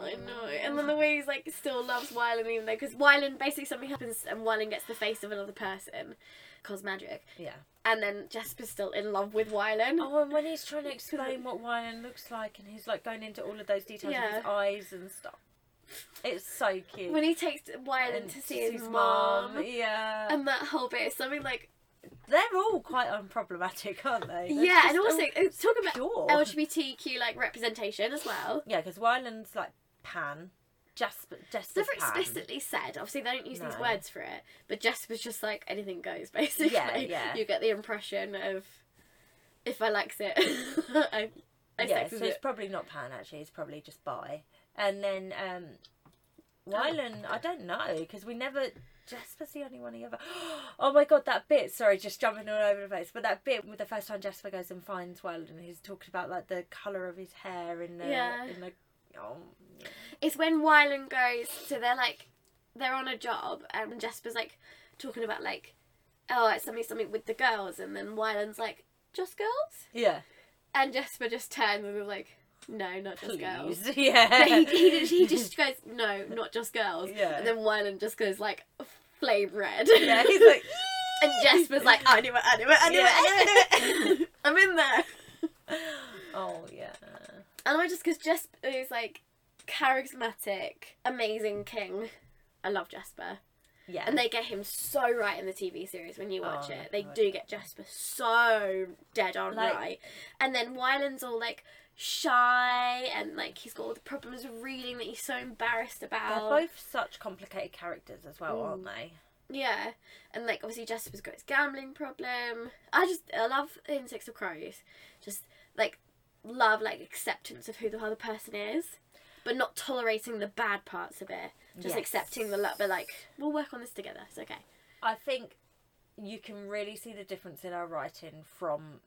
I know. And then the way he's like still loves Wylan even though because Wylan basically something happens and Wylan gets the face of another person, cause magic. Yeah. And then Jasper's still in love with Wylan. Oh, and when he's trying to explain what Wylan looks like and he's like going into all of those details of his Yeah. eyes and stuff. It's so cute. When he takes Wylan And to see his, his Um, mom, Yeah. and that whole bit is something like They're all quite unproblematic, (laughs) aren't they? They're yeah, and just also all it's talking about pure. LGBTQ like representation as well. Yeah, because Wyland's like pan. Jasper, It's Jasper's never pan. explicitly said. Obviously, they don't use these No. words for it, but Jasper's just like anything goes. (laughs) Basically, yeah. you get the impression of if I likes it, (laughs) I, I yeah, sex so with it's it. probably not pan actually. It's probably just bi. And then um, Oh, Wyland, I don't know because we never. Jasper's the only one he ever. (gasps) Oh my god, that bit. Sorry, just jumping all over the place. But that bit with the first time Jasper goes and finds Wyland, and he's talking about like the color of his hair and the Yeah. in the. Oh, yeah. It's when Wylan goes, so they're like, they're on a job, and Jasper's like talking about like, oh, it's something something with the girls, and then Wylan's like, just girls, yeah. and Jasper just turns and was like, no, not just girls. Please, (laughs) yeah. But (laughs) he, he, (laughs) he just goes, no, not just girls. Yeah. And then Wyland just goes like flame red. yeah, he's like. (laughs) and Jasper's like, I knew it, I knew it, I knew Yeah, it, I I (laughs) knew it. I'm in there. Oh yeah. And I just, because Jasper is like charismatic, amazing king. I love Jasper. Yeah. And they get him so right in the TV series when you watch Oh, it. They God. do get Jasper so dead on Like- right. And then Wyland's all like shy and like he's got all the problems of reading that he's so embarrassed They're about. both such complicated characters as well, Mm. aren't they? Yeah, and like obviously Jasper's got his gambling problem. I just I love in Six of Crows, just like love like acceptance of who the other person is, but not tolerating the bad parts of it. Just Yes. accepting the love, but like we'll work on this together. It's okay. I think you can really see the difference in our writing from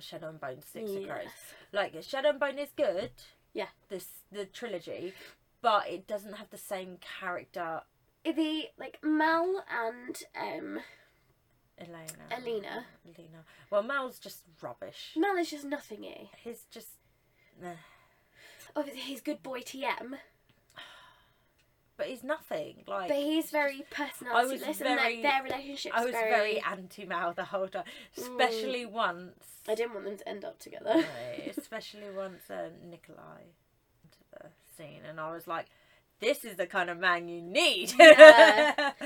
Shadow and Bone to Six of Yeah. Crows. Like Shadow and Bone is good. Yeah. This the trilogy, but it doesn't have the same character. The like Mel and um Elena. Alina. Elena. Well, Mal's just rubbish. Mel is just nothingy. He's just. meh. Obviously he's good boy TM, But he's nothing. Like. but he's very personality less and very- like their relationship's I was very. Mm. very anti Mal the whole time, especially once. I didn't want them to end up together. Right, especially once uh, Nikolai into the scene, and I was like, "This is the kind of man you need." Yeah. (laughs)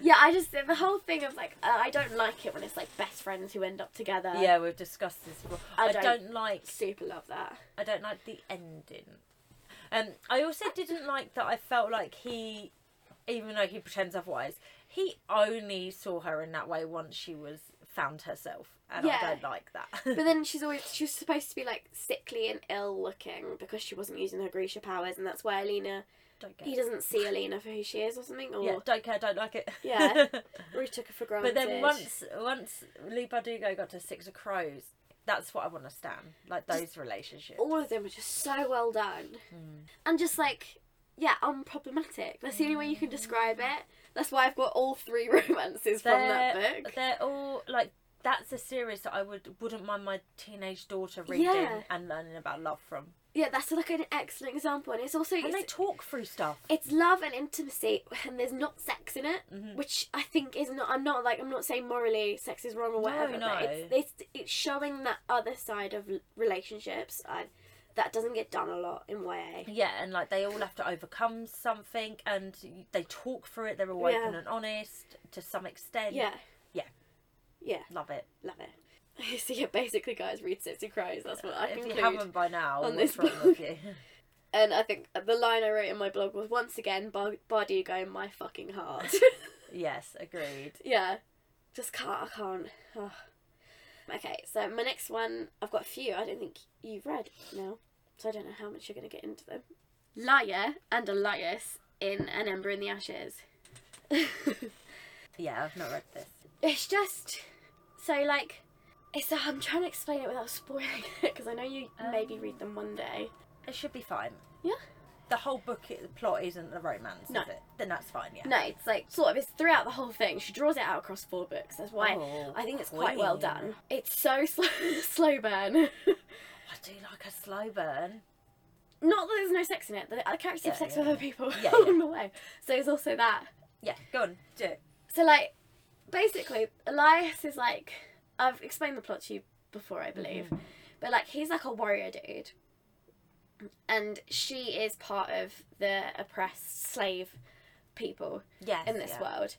Yeah, I just the whole thing of like uh, I don't like it when it's like best friends who end up together. (laughs) Yeah, we've discussed this before. I, I don't, don't- like. super love that. I don't like the ending. Um, I also didn't like that. I felt like he, even though he pretends otherwise, he only saw her in that way once she was found herself, and I Yeah. don't like that. But then she's always she's supposed to be like sickly and ill looking because she wasn't using her Grisha powers, and that's why Alina (laughs) don't care. he doesn't see Alina for who she is or something, or Yeah, don't care. Don't like it. (laughs) Yeah. or he took her for granted. But then once once Lee Bardugo got to Six of Crows, that's what I want to stand like those relationships. all of them were just so well done, Hmm. and just like yeah, unproblematic. That's the only way you can describe it. That's why I've got all three (laughs) romances from that They're, book. they're all like that's a series that I would wouldn't mind my teenage daughter reading Yeah. and learning about love from. Yeah, that's like an excellent example, and it's also And it's- they talk through stuff. it's love and intimacy and there's not sex in it Mm-hmm. which i think is not i'm not like i'm not saying morally sex is wrong or whatever no. but it's, it's it's showing that other side of l- relationships I, that doesn't get done a lot in YA Yeah, and like they all have to overcome something, and they talk through it. They're all Yeah. open and honest to some extent. yeah Yeah. yeah love it. love it (laughs) so yeah basically guys read Sexy Crows that's what I if you conclude haven't by now, on what's this wrong with you? (laughs) and I think the line I wrote in my blog was once again Bar- Bardugo in my fucking (laughs) heart (laughs) yes, agreed. Yeah. Just can't. I can't. Ugh. Okay, so my next one, I've got a few I don't think you've read now, so I don't know how much you're going to get into them. Liar and Elias in An Ember (laughs) in the Ashes. Yeah, I've not read this. it's just. So like, it's i I'm trying to explain it without (laughs) spoiling it because I know you Um. maybe read them one day. It should be fine. Yeah. The whole book i- plot isn't the romance, No. is it? Then that's fine, yeah. No, it's like sort of it's throughout the whole thing. She draws it out across four books. That's why Oh, I think it's quite well queen. done. It's so (laughs) slow, slow burn. (laughs) I do like a slow burn. Not that there's no sex in it. The, the characters have Yeah, sex yeah, with other people Yeah, (laughs) along the way. So there's also that. Yeah, go on, do it. So like, basically, Elias is like I've explained the plot to you before, I believe, but like he's like a warrior dude, and she is part of the oppressed slave people Yes. in this yeah. world,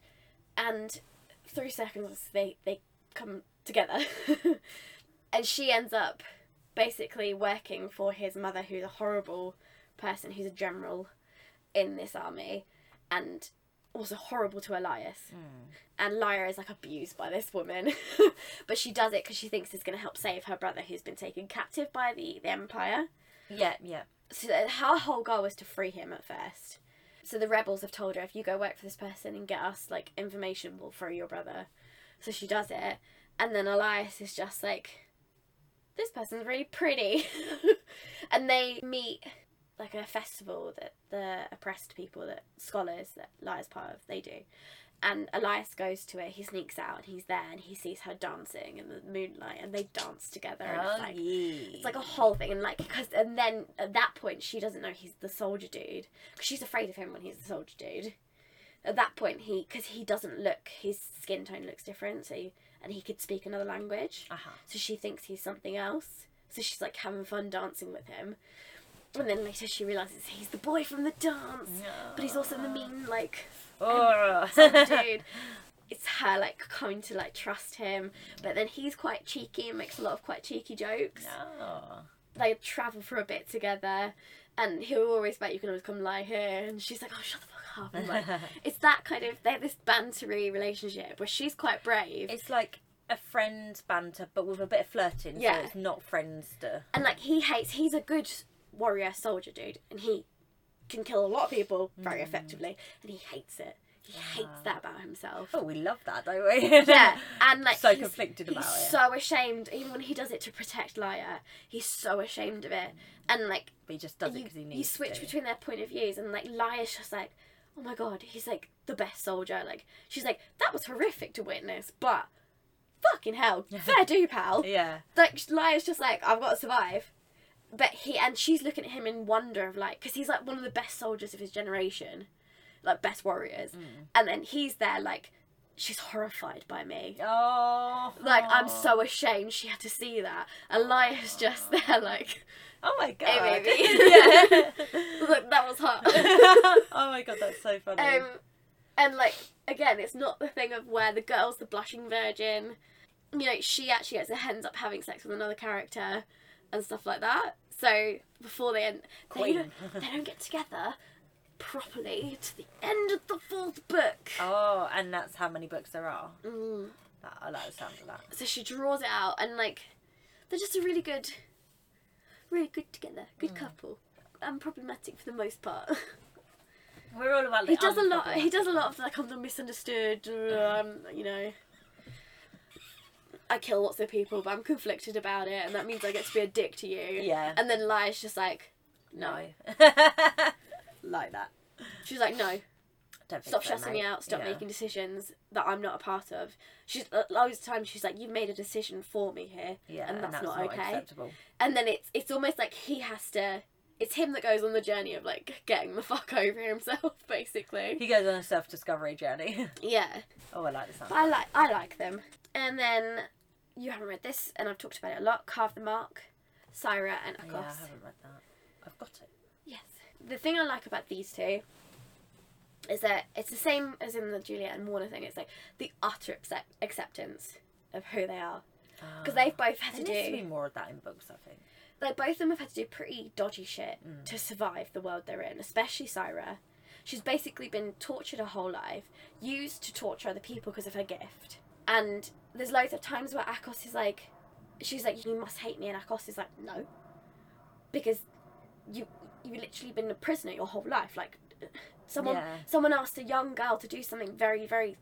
and through circumstances they they come together, (laughs) and she ends up basically working for his mother, who's a horrible person, who's a general in this army, and also horrible to Elias. And Lyra is like abused by this woman, (laughs) but she does it because she thinks it's going to help save her brother, who's been taken captive by the the Empire Yeah, yeah. so that- her whole goal was to free him at first. So the rebels have told her, if you go work for this person and get us like information, we'll free your brother. So she does it, and then Elias is just like, this person's really pretty, (laughs) and they meet like a festival that the oppressed people, that scholars that Elias part of, they do. And Elias goes to it. He sneaks out, and he's there, and he sees her dancing in the moonlight, and they dance together. and it's Oh, like, yeah. it's like a whole thing, and like, cause, and then at that point she doesn't know he's the soldier dude, cause she's afraid of him when he's the soldier dude. At that point, he, cause he doesn't look, his skin tone looks different, so he, and he could speak another language, (laughs) Uh-huh. so she thinks he's something else. So she's like having fun dancing with him, and then later she realizes he's the boy from the dance, but he's also the mean like (laughs) Oh. soldier dude. It's her like coming to like trust him, but then he's quite cheeky and makes a lot of quite cheeky jokes Oh. they travel for a bit together and he'll always like you can always come lie here and she's like oh shut the fuck up and (laughs) like, it's that kind of they have this bantery relationship where she's quite brave It's like a friend banter, but with a bit of flirting. Yeah. So it's not friendster. and like he hates he's a good warrior soldier dude and he can kill a lot of people very Mm. effectively and he hates it he hates that about himself Oh, we love that, don't we? yeah and like So he's- conflicted about he's it. so ashamed even when he does it to protect Lyra he's so ashamed of it Mm. and like (laughs) but he just does it you, because he you needs switch to. between their point of views and like Lyra's just like oh my god he's like the best soldier like she's like that was horrific to witness but fucking (laughs) hell fair do pal Yeah. like Lyra's just like I've got to survive but he and she's looking at him in wonder of like because he's like one of the best soldiers of his generation like best warriors Mm. and then he's there like she's horrified by me Oh. like I'm so ashamed she had to see that and Lyra's just (laughs) there like Oh my god. Hey, (laughs) yeah. (laughs) (laughs) look that was hot oh my god, that's so funny. Um, and like again, it's not the thing of where the girl's the blushing virgin. You know, she actually ends, ends up having sex with another character and stuff like that. So before they end, they Queen. don't, they don't get together properly to the end of the fourth book. oh, and that's how many books there are. Mm. That, I like the sound of that. So she draws it out, and like they're just a really good, really good together, good couple. Unproblematic for the most part. (laughs) We're all about the he does a lot. eh? unproblematic. He does a lot of like I'm the misunderstood. Um, you know, I kill lots of people, but I'm conflicted about it, and that means I get to be a dick to you. Yeah. And then Lia's just like, no, No. (laughs) like that. She's like, no, Don't think stop so, shutting mate. me out. Stop Yeah. making decisions that I'm not a part of. She's a lot of the time she's like, you've made a decision for me here, Yeah, and, that's not, okay. acceptable. And then it's it's almost like he has to. It's him that goes on the journey of like getting the fuck (laughs) over himself, basically. He goes on a self discovery journey. (laughs) Yeah. oh, I like the sound. But I like I like them. And then you haven't read this, and I've talked about it a lot. Carve the Mark, Syra, and yeah, I Akos. haven't read that. I've got it. yes. The thing I like about these two is that it's the same as in the Juliet and Warner thing. It's like the utter accept- acceptance of who they are because Ah. they've both had to There needs to be do. more of that in books, I think. Like both of them have had to do pretty dodgy shit to survive the world they're in, especially Syra. She's basically been tortured her whole life, used to torture other people because of her gift. And there's loads of times where Akos is like, she's like, you must hate me, and Akos is like, no, because you you literally been a prisoner your whole life. Like, (laughs) someone Yeah. someone asked a young girl to do something very very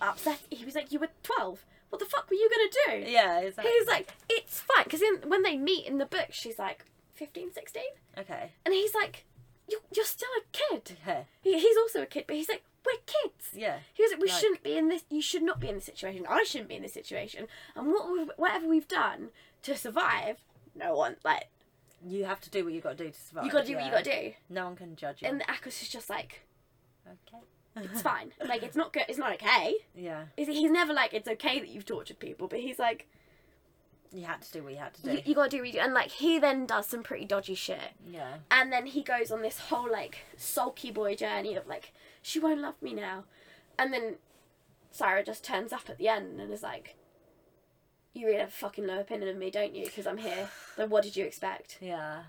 upset. He was like, you were twelve. what the fuck were you gonna do? Yeah, exactly. He's like, it's fine. Because when they meet in the book, she's like 15, 16. Okay. And he's like, you, you're still a kid. Okay. He, he's also a kid, but he's like, we're kids. Yeah. He was like, we Like- shouldn't be in this. You should not be in this situation. I shouldn't be in this situation. And what we've, whatever we've done to survive, no one like You have to do what you got to do to survive. you gotta do what yeah. you gotta do. No one can judge you. (laughs) And the Akos is just like, okay. it's fine. (laughs) like it's not good. It's not okay. Yeah. Is he's never like it's okay that you've tortured people, but he's like You had to do what you had to do. you, you gotta do what you do. And like he then does some pretty dodgy shit. yeah. and then he goes on this whole like sulky boy journey of like she won't love me now and then sarah just turns up at the end and is like you really have a fucking low opinion of me don't you because i'm here then what did you expect Yeah.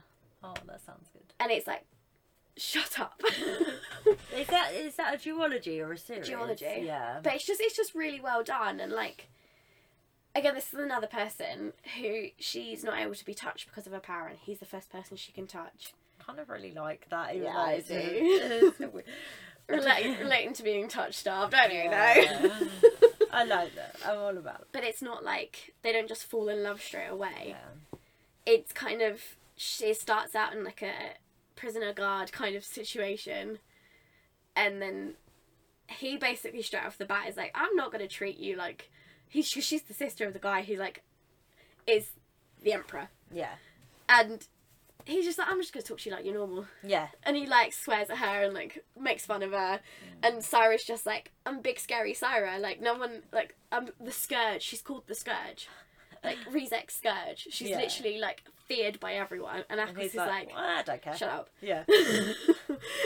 Oh, that sounds good. and it's like shut up (laughs) Is that is that a duology or a series? Duology. Yeah. but it's just it's just really well done and like again this is another person who she's not able to be touched because of her power and he's the first person she can (laughs) touch kind of really like that. Even Yeah, though I it's sort of- do. (laughs) it's weird. Relate, relating to being touch starved i don't even Yeah. know (laughs) I like that. I'm all about but it's not like they don't just fall in love straight away. Yeah. It's kind of she starts out in like a prisoner guard kind of situation, and then he basically straight off the bat is like, "I'm not gonna treat you like." He she, she's the sister of the guy who like is the emperor, Yeah. and he's just like, "I'm just gonna talk to you like you're normal." Yeah. and he like swears at her and like makes fun of her Mm. and Cyrus just like I'm big scary Syra like no one like I'm the scourge she's called the scourge (laughs) like Rezek scourge she's Yeah. literally like feared by everyone and And Akos he's is like, like, "Well, I don't care. shut (laughs) up (laughs) Yeah.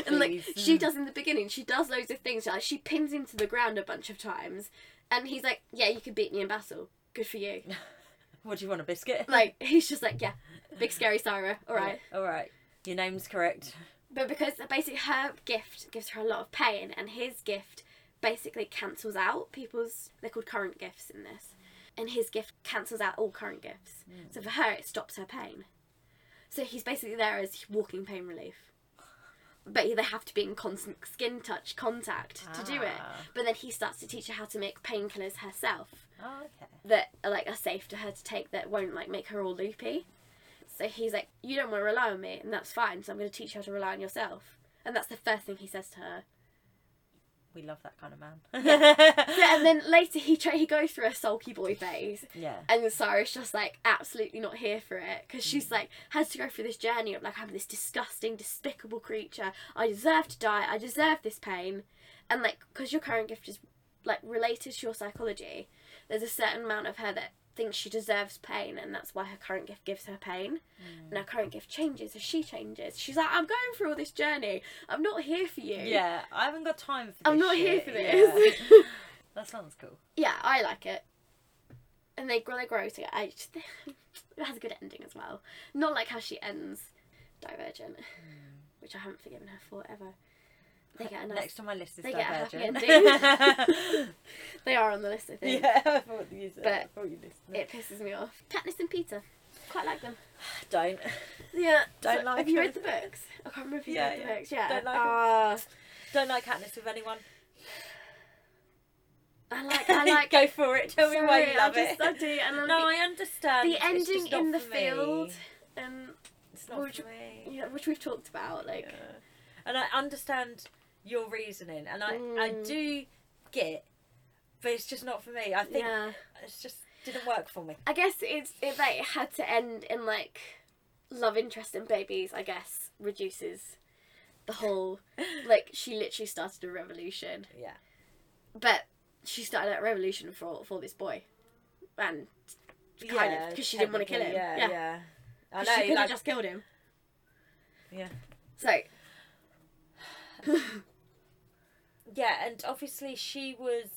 and like Jeez. she does in the beginning she does loads of things like she pins him to the ground a bunch of times and he's like yeah you could beat me in battle good for you (laughs) What do you want a biscuit? like he's just like yeah big scary Syra all right Yeah, All right. Your name's correct. But because basically her gift gives her a lot of pain, and his gift basically cancels out people's. They're called current gifts in this, and his gift cancels out all current gifts. So for her, it stops her pain. So he's basically there as walking pain relief. But they have to be in constant skin touch contact to do it. Ah. But then he starts to teach her how to make painkillers herself Oh, okay. that are, like are safe to her to take that won't like make her all loopy. So he's like, "You don't want to rely on me, and that's fine. So I'm going to teach you how to rely on yourself." And that's the first thing he says to her. (laughs) We love that kind of man. Yeah, and then later he try he goes through a sulky boy phase, (laughs) yeah. Mm. and then Cyrus just like absolutely not here for it because she's like has to go through this journey of like I'm this disgusting, despicable creature. I deserve to die. I deserve this pain, and like because your current gift is like related to your psychology, there's a certain amount of her that thinks she deserves pain, and that's why her current gift gives her pain. Mm. And her current gift changes as she changes. She's like, I'm going through all this journey. I'm not here for you. Yeah. I haven't got time for this. I'm not here shit. for Yeah. this. (laughs) That sounds cool. yeah, I like it. And they grow, they grow together. I just, (laughs) it has a good ending as well. Not like how she ends Divergent, which I haven't forgiven her for ever. They get a nice. Hmm. Next on my list is they get a happy Divergent. ending. They are on the list, I think. (laughs) yeah, I thought you said. I But thought you listened. It pisses me off. Katniss and Peter, quite like them. Don't. Yeah, Don't like Have you read the them. books? I can't remember if you Yeah, read the yeah. books. Yeah. Don't like them. Ah, Don't like Katniss with anyone. (laughs) I like. I like. (laughs) Go for it. Tell me why Sorry, you love I just, it. I do, and I No, like I understand. the It's just ending not in the for me. field, um, It's not Would for you- me. yeah, which we've talked about, like. Yeah. And I understand your reasoning, and I I Mm. do get, but it's just not for me. I think yeah. it's just didn't work for me. I guess it's it like had to end in like love interest in babies. I guess reduces the (laughs) whole like she literally started a revolution, Yeah. but she started that revolution for for this boy, and Kind of, 'cause she didn't wanna kill technically, him. Yeah, Yeah. yeah. I 'cause know. she could have like, just killed him. Yeah. So Yeah, and obviously she was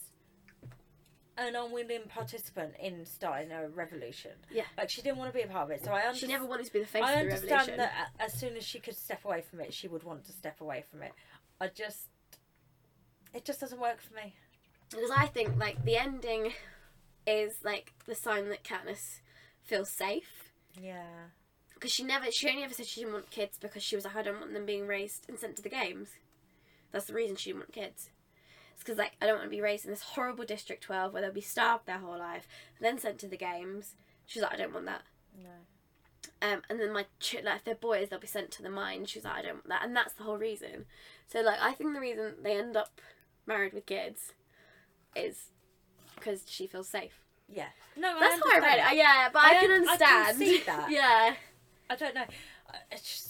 an unwilling participant in starting a revolution. Yeah. Like she didn't want to be a part of it. So I she understand. never wanted to be the face I of the understand revolution. that a- as soon as she could step away from it, she would want to step away from it. I just, it just doesn't work for me. Because I think like the ending is like the sign that Katniss feels safe. Yeah. because she never she only ever said she didn't want kids because she was like I don't want them being raised and sent to the games. That's the reason she didn't want kids. because like I don't want to be raised in this horrible District 12 where they'll be starved their whole life and then sent to the games. She's like, I don't want that. No. Um, and then my ch- like if they're boys, they'll be sent to the mine. She's like, I don't want that, and that's the whole reason. So like I think the reason they end up married with kids is because she feels safe. Yeah. No, That's how I read it. understand. I- Yeah, but I, I can un- I understand. can see (laughs) that. yeah, I don't know. I- It's just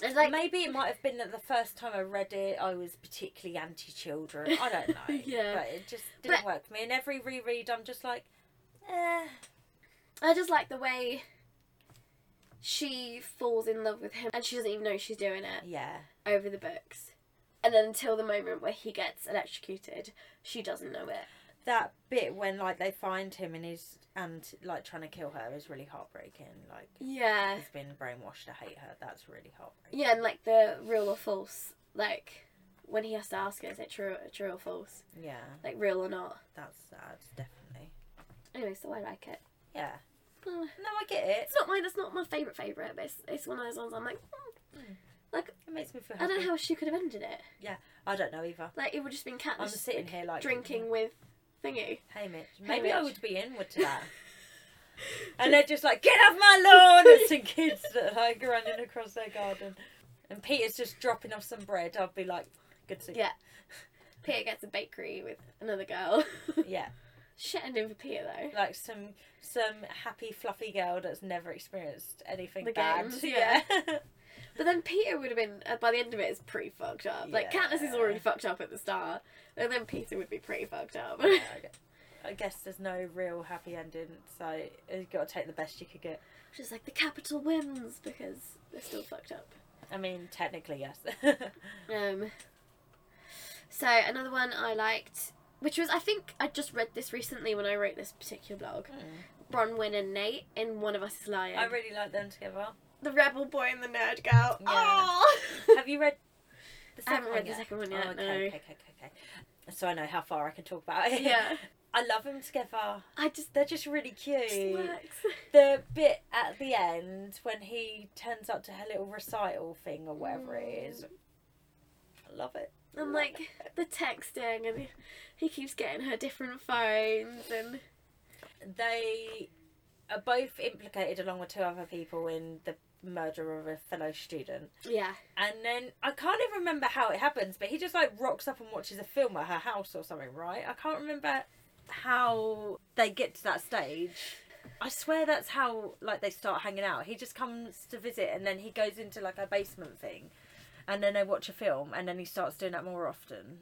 it's like maybe it might have been that the first time I read it, I was particularly anti-children. (laughs) I don't know. Yeah. But it just didn't But- work for me. And every reread, I'm just like, eh. I just like the way she falls in love with him, and she doesn't even know she's doing it Yeah. over the books. And then until the moment where he gets electrocuted, she doesn't know it. That bit when like they find him and he's and like trying to kill her is really heartbreaking. Like Yeah, he's been brainwashed to hate her. That's really heartbreaking. yeah, and like the real or false, like when he has to ask her, is it true, true or false, Yeah. like real or not. That's sad. Definitely. Anyway, so I like it. Yeah. Mm. No, I get it. It's not my, that's not my favorite favorite, but it's, it's one of those ones I'm like, mm, It makes me feel. I Happy. don't know how she could have ended it. I don't know either. Like it would just been Katniss I'm just, sitting like, here like drinking with thingy. Hey Mitch. Maybe I Mitch. would be inward (laughs) to that. and they're just like, get off my lawn! And some kids that are like running across their garden. And Peter's just dropping off some bread. I'd be like, good to Yeah. Peter gets a bakery with another girl. (laughs) Yeah. Shit ending for Peter though. Like some some happy, fluffy girl that's never experienced anything The bad. (laughs) games, yeah. But then Peter would have been uh, by the end of it is pretty fucked up. Like Katniss is Yeah. already fucked up at the start, and then Peter would be pretty fucked up. (laughs) Yeah, I gu- (laughs) I guess there's no real happy ending, so you've got to take the best you could get. Just like the capital wins because they're still fucked up. I mean, technically, yes. (laughs) Um. So another one I liked, which was I think I just read this recently when I wrote this particular blog. Mm. Bronwyn and Nate in One of Us is Lying. I really like them together. (laughs) the rebel boy and the nerd girl. (laughs) Yeah. Oh. Have you read the I haven't one read the yet? second one Oh, yet. okay, okay, okay, okay, okay. So I know how far I can talk about No. it. yeah. (laughs) I love them together. I just. They're just really it just cute. works. The bit at the end when he turns up to her little recital thing or whatever Mm. it is. I love it. And like the texting, and he keeps getting her different phones, and They are both implicated along with two other people in the murder of a fellow student. yeah, And then I can't even remember how it happens, but he just like rocks up and watches a film at her house or something, right? I can't remember how they get to that stage. I swear that's how like they start hanging out. He just comes to visit and then he goes into like a basement thing. And then they watch a film and then he starts doing that more often.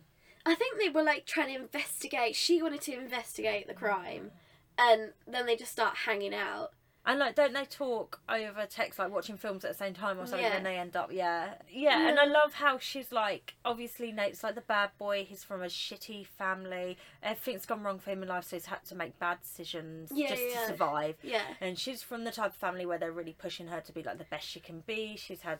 I think they were like trying to investigate. She wanted to investigate the crime, and then they just start hanging out. And like don't they talk over text like watching films at the same time or something Yeah. and they end up yeah. yeah. and I love how she's like obviously Nate's like the bad boy, he's from a shitty family. Everything's gone wrong for him in life so he's had to make bad decisions Yeah, just yeah. to survive. Yeah, And she's from the type of family where they're really pushing her to be like the best she can be. She's had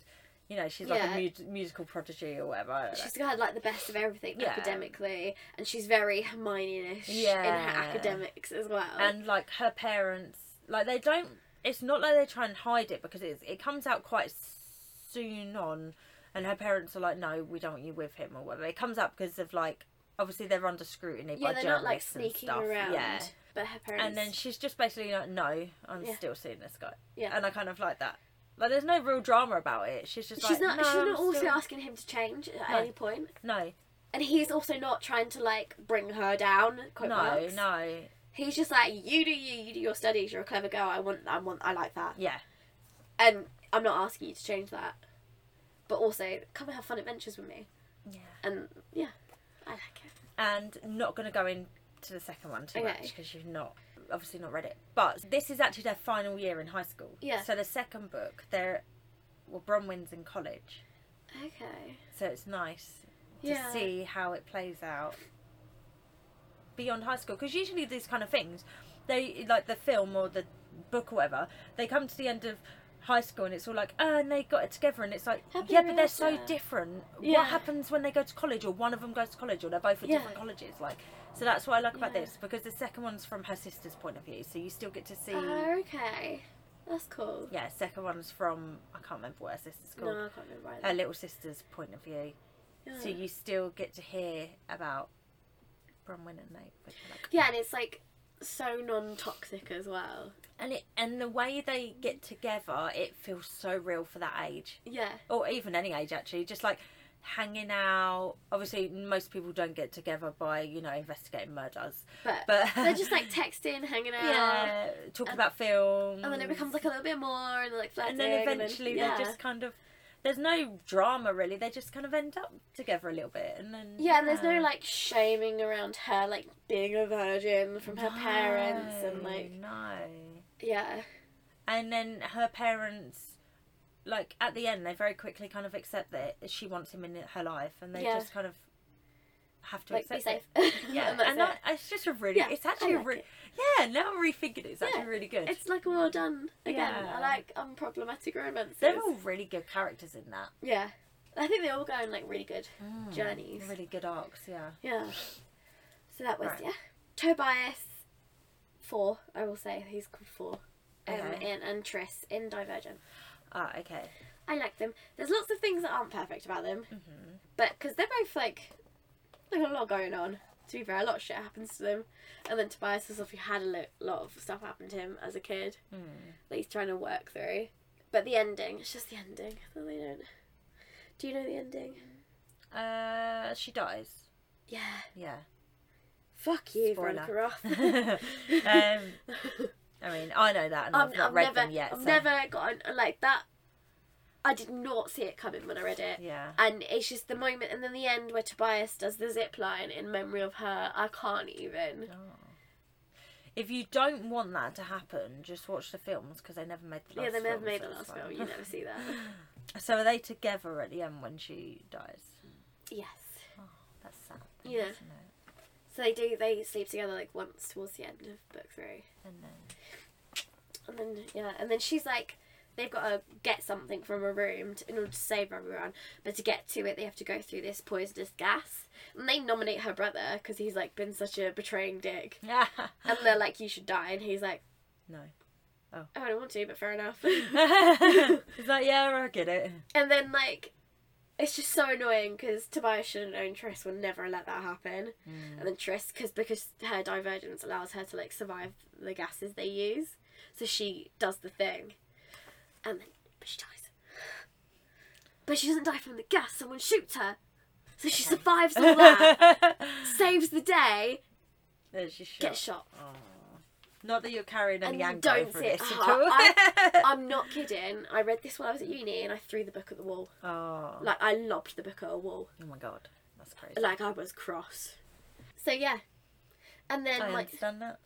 you know, she's like Yeah. a mu- musical prodigy or whatever. I don't know. she's had like the best of everything Yeah. academically, and she's very Hermione-ish in Yeah. her academics as well. and like her parents like they don't it's not like they try and hide it because it's, it comes out quite soon on and her parents are like no we don't want you with him or whatever it comes out because of like obviously they're under scrutiny yeah, by they're not like journalists and sneaking stuff. around. yeah But her parents. and then she's just basically like no i'm Yeah. still seeing this guy Yeah. and i kind of like that like there's no real drama about it she's just she's like not. no, she's I'm not also still- asking him to change at No. any point, no and he's also not trying to like bring her down. Quote no marks. no He's just like, you do you, you do your studies. You're a clever girl. I want, I want, I like that. yeah And I'm not asking you to change that, but also come and have fun adventures with me. Yeah. And yeah, I like it. and not going to go into the second one too Okay. much because you've not obviously not read it. But this is actually their final year in high school. Yeah. So the second book, they're well, Bronwyn's in college, Okay. so it's nice to yeah. see how it plays out beyond high school because usually these kind of things, they like the film or the book or whatever, they come to the end of high school and it's all like oh and they got it together and it's like Happy yeah but they're ever so after. different Yeah. what happens when they go to college or one of them goes to college or they're both at Yeah. different colleges like so that's what i like about Yeah. this because the second one's from her sister's point of view so you still get to see Oh, okay. That's cool. yeah second one's from i can't remember what her sister's No, I called can't remember. her Either. little sister's point of view Yeah. so you still get to hear about Bronwyn and Nate. But they're like- Yeah, and it's like so non toxic as well. And it and the way they get together, it feels so real for that age, Yeah. or even any age actually. Just like hanging out. Obviously, most people don't get together by you know investigating murders, But, but they're just like texting, hanging out. (laughs) yeah, talking and- about film, And then it becomes like a little bit more and like flirting. and then eventually yeah. they just kind of there's no drama really they just kind of end up together a little bit and then Yeah, and there's Um, no like shaming around her like being a virgin from her parents and No, like no yeah. and then her parents like at the end they very quickly kind of accept that she wants him in her life and they Yeah. just kind of have to Like be accept safe. it (laughs) Yeah, (laughs) yeah and and, that's that, it's just a really Yeah, it's I actually a like re- it. yeah now i'm rethinking it, it's actually Yeah, really good It's like well done again. Yeah. I like unproblematic romances. they're all really good characters in that Yeah. I think they all go on like really good journeys. Mm. really good arcs yeah Yeah. So that was Right. yeah. Tobias four, I will say. He's called four. Um, Okay. in, and Triss in Divergent. ah okay I like them. There's lots of things that aren't perfect about them, Mm-hmm. but because they're both like, they've got a lot going on. To be fair, a lot of shit happens to them, and then Tobias has obviously had a lo- lot of stuff happen to him as a kid Hmm. that he's trying to work through. But the ending, it's just the ending. that They don't. Do you know the ending? uh she dies Yeah. (laughs) yeah (laughs) Fuck you, Spoiler. Veronica Roth. (laughs) um, I mean, I know that, and I've, not read never, them yet. I've so- never gotten like that. I did not see it coming when I read it. Yeah. And it's just the moment, and then the end where Tobias does the zip line in memory of her. I can't even. If you don't want that to happen, just watch the films because they never made the yeah, last. they never film, made so the it's last film. fine. You never see that. (laughs) So are they together at the end when she dies? yes. That's sad. Yeah. isn't it? So they do. They sleep together like once towards the end of book three, And then, (laughs) and then yeah, and then she's like, they've got to get something from a room to, in order to save everyone, but to get to it, they have to go through this poisonous gas, and they nominate her brother because he's like been such a betraying dick. yeah. And they're like, you should die. And he's like, no. (laughs) oh, I don't want to, but fair enough. (laughs) He's like, yeah, I get it. and then, like, it's just so annoying because Tobias should have known Triss would never let that happen. And then Triss, cause, because her divergence allows her to, like, survive the gases they use. So she does the thing. And then, but she dies. But she doesn't die from the gas, someone shoots her. So she survives all (laughs) that, saves the day, There's your shot. gets shot. Not that you're carrying any And you anger don't over see it. this at Uh-huh. all. I'm not kidding. I read this while I was at uni and I threw the book at the wall. (laughs) oh. Like I lobbed the book at a wall. oh my god, that's crazy. Like I was cross. So yeah. And then I my, (laughs) understand that.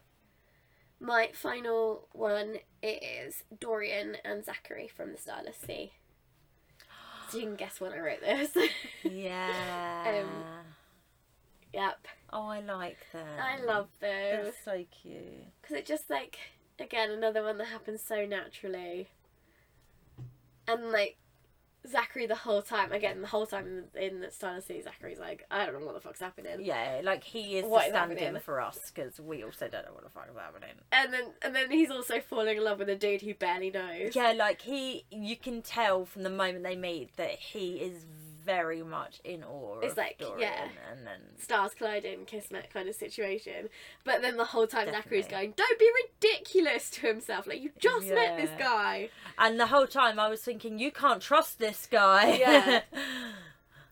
my final one is Dorian and Zachary from the Starless Sea. So you can guess when I wrote this. Yeah. (laughs) yep. oh, I like that. Um, I love them. Um, That's so cute. Because it just like again another one that happens so naturally. And like Zachary the whole time again the whole time in, in the Starless Sea Zachary's like I don't know what the fuck's happening. Yeah, like he is What the is happening? stand-in for us because we also don't know what the fuck is happening. and then and then he's also falling in love with a dude he barely knows. Yeah, like he, you can tell from the moment they meet that he is very much in awe. It's of like, Dorian, yeah. and then Stars colliding, kiss met kind of situation. But then the whole time Zachary's Definitely. going, "Don't be ridiculous to himself. Like you just met this Yeah. guy." and the whole time I was thinking, you can't trust this guy. (laughs) Yeah.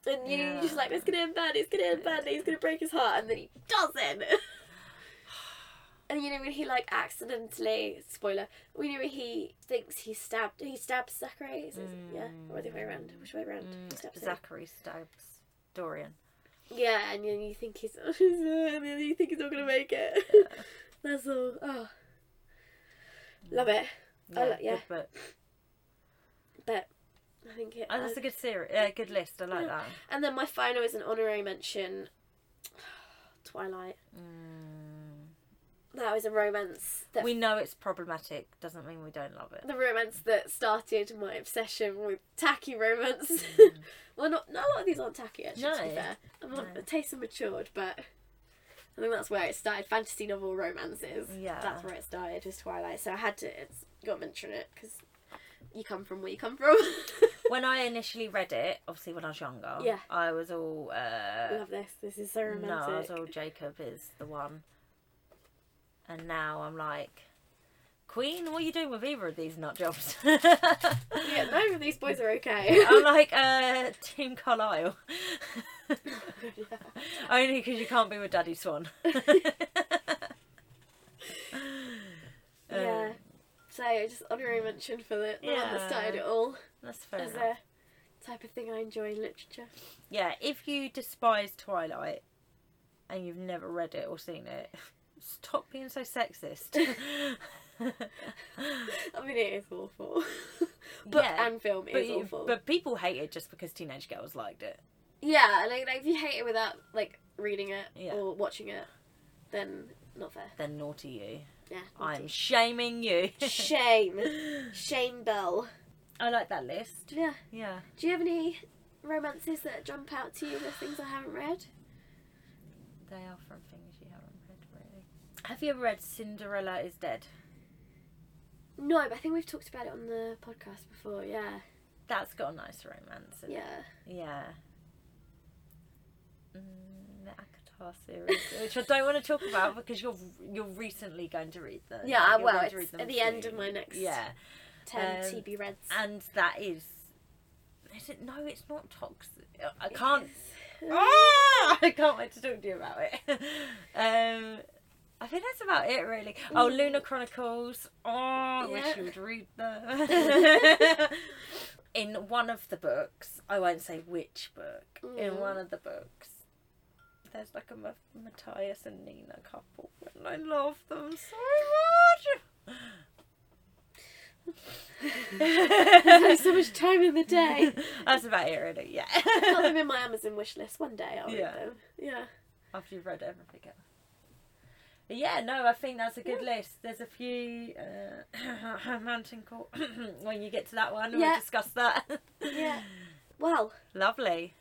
And you Yeah. just like, "It's gonna end badly. It's gonna end badly. He's gonna break his heart." And then he (sighs) doesn't. and you know when he like accidentally spoiler, we know when he thinks he stabbed. He stabs Zachary. Is it, Yeah, or the other way around. Which way around? Mm, He stabs him. Zachary stabs Dorian. Yeah, and then you think he's, (laughs) and then you think he's not gonna make it. (laughs) That's all. Oh, love it. I like- yeah. good book. But I think it. Oh, that's a good series. Yeah, good list. I like that. and then my final is an honorary mention. (sighs) Twilight. That was a romance. That Mm. We know it's problematic. Doesn't mean we don't love it. the romance that started my obsession with tacky romance. (laughs) well, not, not a lot of these aren't tacky actually. To be Mm. No. fair, I'm on the taste of matured, but I think that's where it started. Fantasy novel romances. Yeah. that's where it (laughs) started. Was Twilight. So I had to. It's got to mention it because you come from (laughs) where you come from. when I initially read it, obviously when I was younger, Yeah. I was all uh, Love this. This is so romantic. no, I was all Jacob is the one, and now I'm like, Queen, what are you doing with either of these nut jobs? (laughs) Yeah, I'm neither of these boys are okay. (laughs) like uh, Team Carlisle, (laughs) only because you can't be with (laughs) Daddy Swan. (laughs) Uh, yeah. Um, So just honorary mention for the, the one that Yeah. started it all that's fair as enough. a type of thing I enjoy in literature. yeah, if you despise Twilight and you've never read it or seen it, stop being (laughs) so sexist. (laughs) I mean, it is awful. (laughs) Book Yeah, and film but, is you- awful. but people hate it just because teenage girls liked it. yeah, like, like if you hate it without like reading it Yeah. or watching it, then not fair. Then naughty you. Yeah. I'm shaming you. (laughs) shame, shame bell. (laughs) I like that list. Yeah. Yeah. Do you have any romances that jump out to you as things I haven't read? They are from things you haven't read, really. Have you ever read Cinderella is Dead? No, but I think we've talked about it on the podcast before. Yeah, That's got a nice romance in it. yeah. Yeah. Mm, the Akatar series, which I don't want to talk about because you're you're recently going to read them. Yeah, I You're will. going It's to read them at the end of soon. my next Yeah, 10 Um, TB Reds. and that is. Is it? No, it's not toxic. I can't. Uh, (laughs) Ah! I can't wait to talk to you about it. (laughs) um, I think that's about it, really. Oh, Mm. Lunar Chronicles. Oh, I wish Yeah. you would read (laughs) them. (laughs) in one of the books, I won't say which book, in Mm. one of the books, there's like a Ma- Matthias and Nina couple, and I love them so I (laughs) have much. so much time in the (laughs) day. That's about it, really. Yeah. Put (laughs) them in (laughs) my Amazon wish list one day. I'll Yeah. read them. Yeah. after you've read everything else. But yeah, no, I think that's a good list. There's a few uh, (clears throat) mountain court (clears throat) when you get to that one. Yeah. We'll discuss that. (laughs) Yeah. Well, Lovely.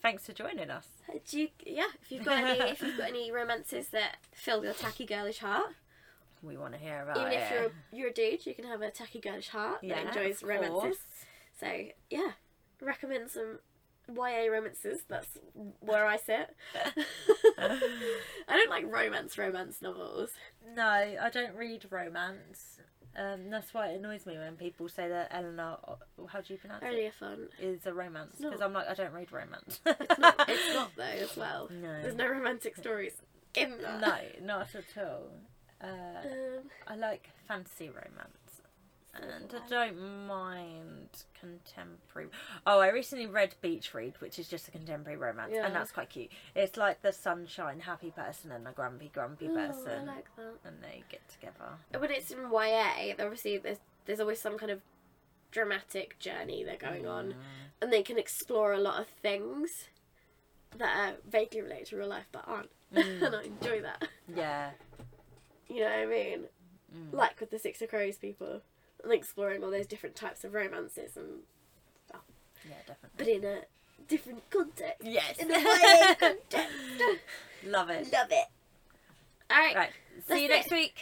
Thanks for joining us. do you, yeah. If you've got (laughs) any, if you've got any romances that fill your tacky girlish heart, We want to hear about even it. if you're a, you're a dude, you can have a tacky girlish heart that enjoys Oh, of romances. course. So yeah, recommend some YA romances. That's where I (laughs) sit. (laughs) I don't like romance romance novels. No, I don't read romance. Um, that's why it annoys me when people say that Eleanor, how do you pronounce it? Only a fun. Is a romance not. because I'm like I don't read romance. (laughs) It's not, it's not though as well. No. There's no romantic stories in that. no, not at all. Uh, Um, I like fantasy romance. And I don't mind contemporary. Oh, I recently read Beach Read, which is just a contemporary romance, Yeah. and that's quite cute. It's like the sunshine, happy person, and a grumpy, grumpy oh, I person, like that. and they get together. When it's in YA, obviously there's there's always some kind of dramatic journey they're going Mm. on, and they can explore a lot of things that are vaguely related to real life but aren't, (laughs) Mm. and I enjoy that. Yeah, You know what I mean? Mm. Like with the Six of Crows people, and exploring all those different types of romances and yeah, definitely. but in a different context. Yes, In a YA context. (laughs) love it. Love it. All right. Right, That's see you next it. week.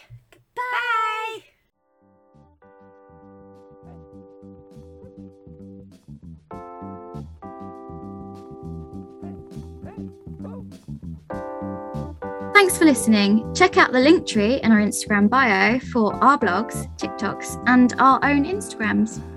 Bye. Thanks for listening. Check out the link tree in our Instagram bio for our blogs, TikToks, and our own Instagrams.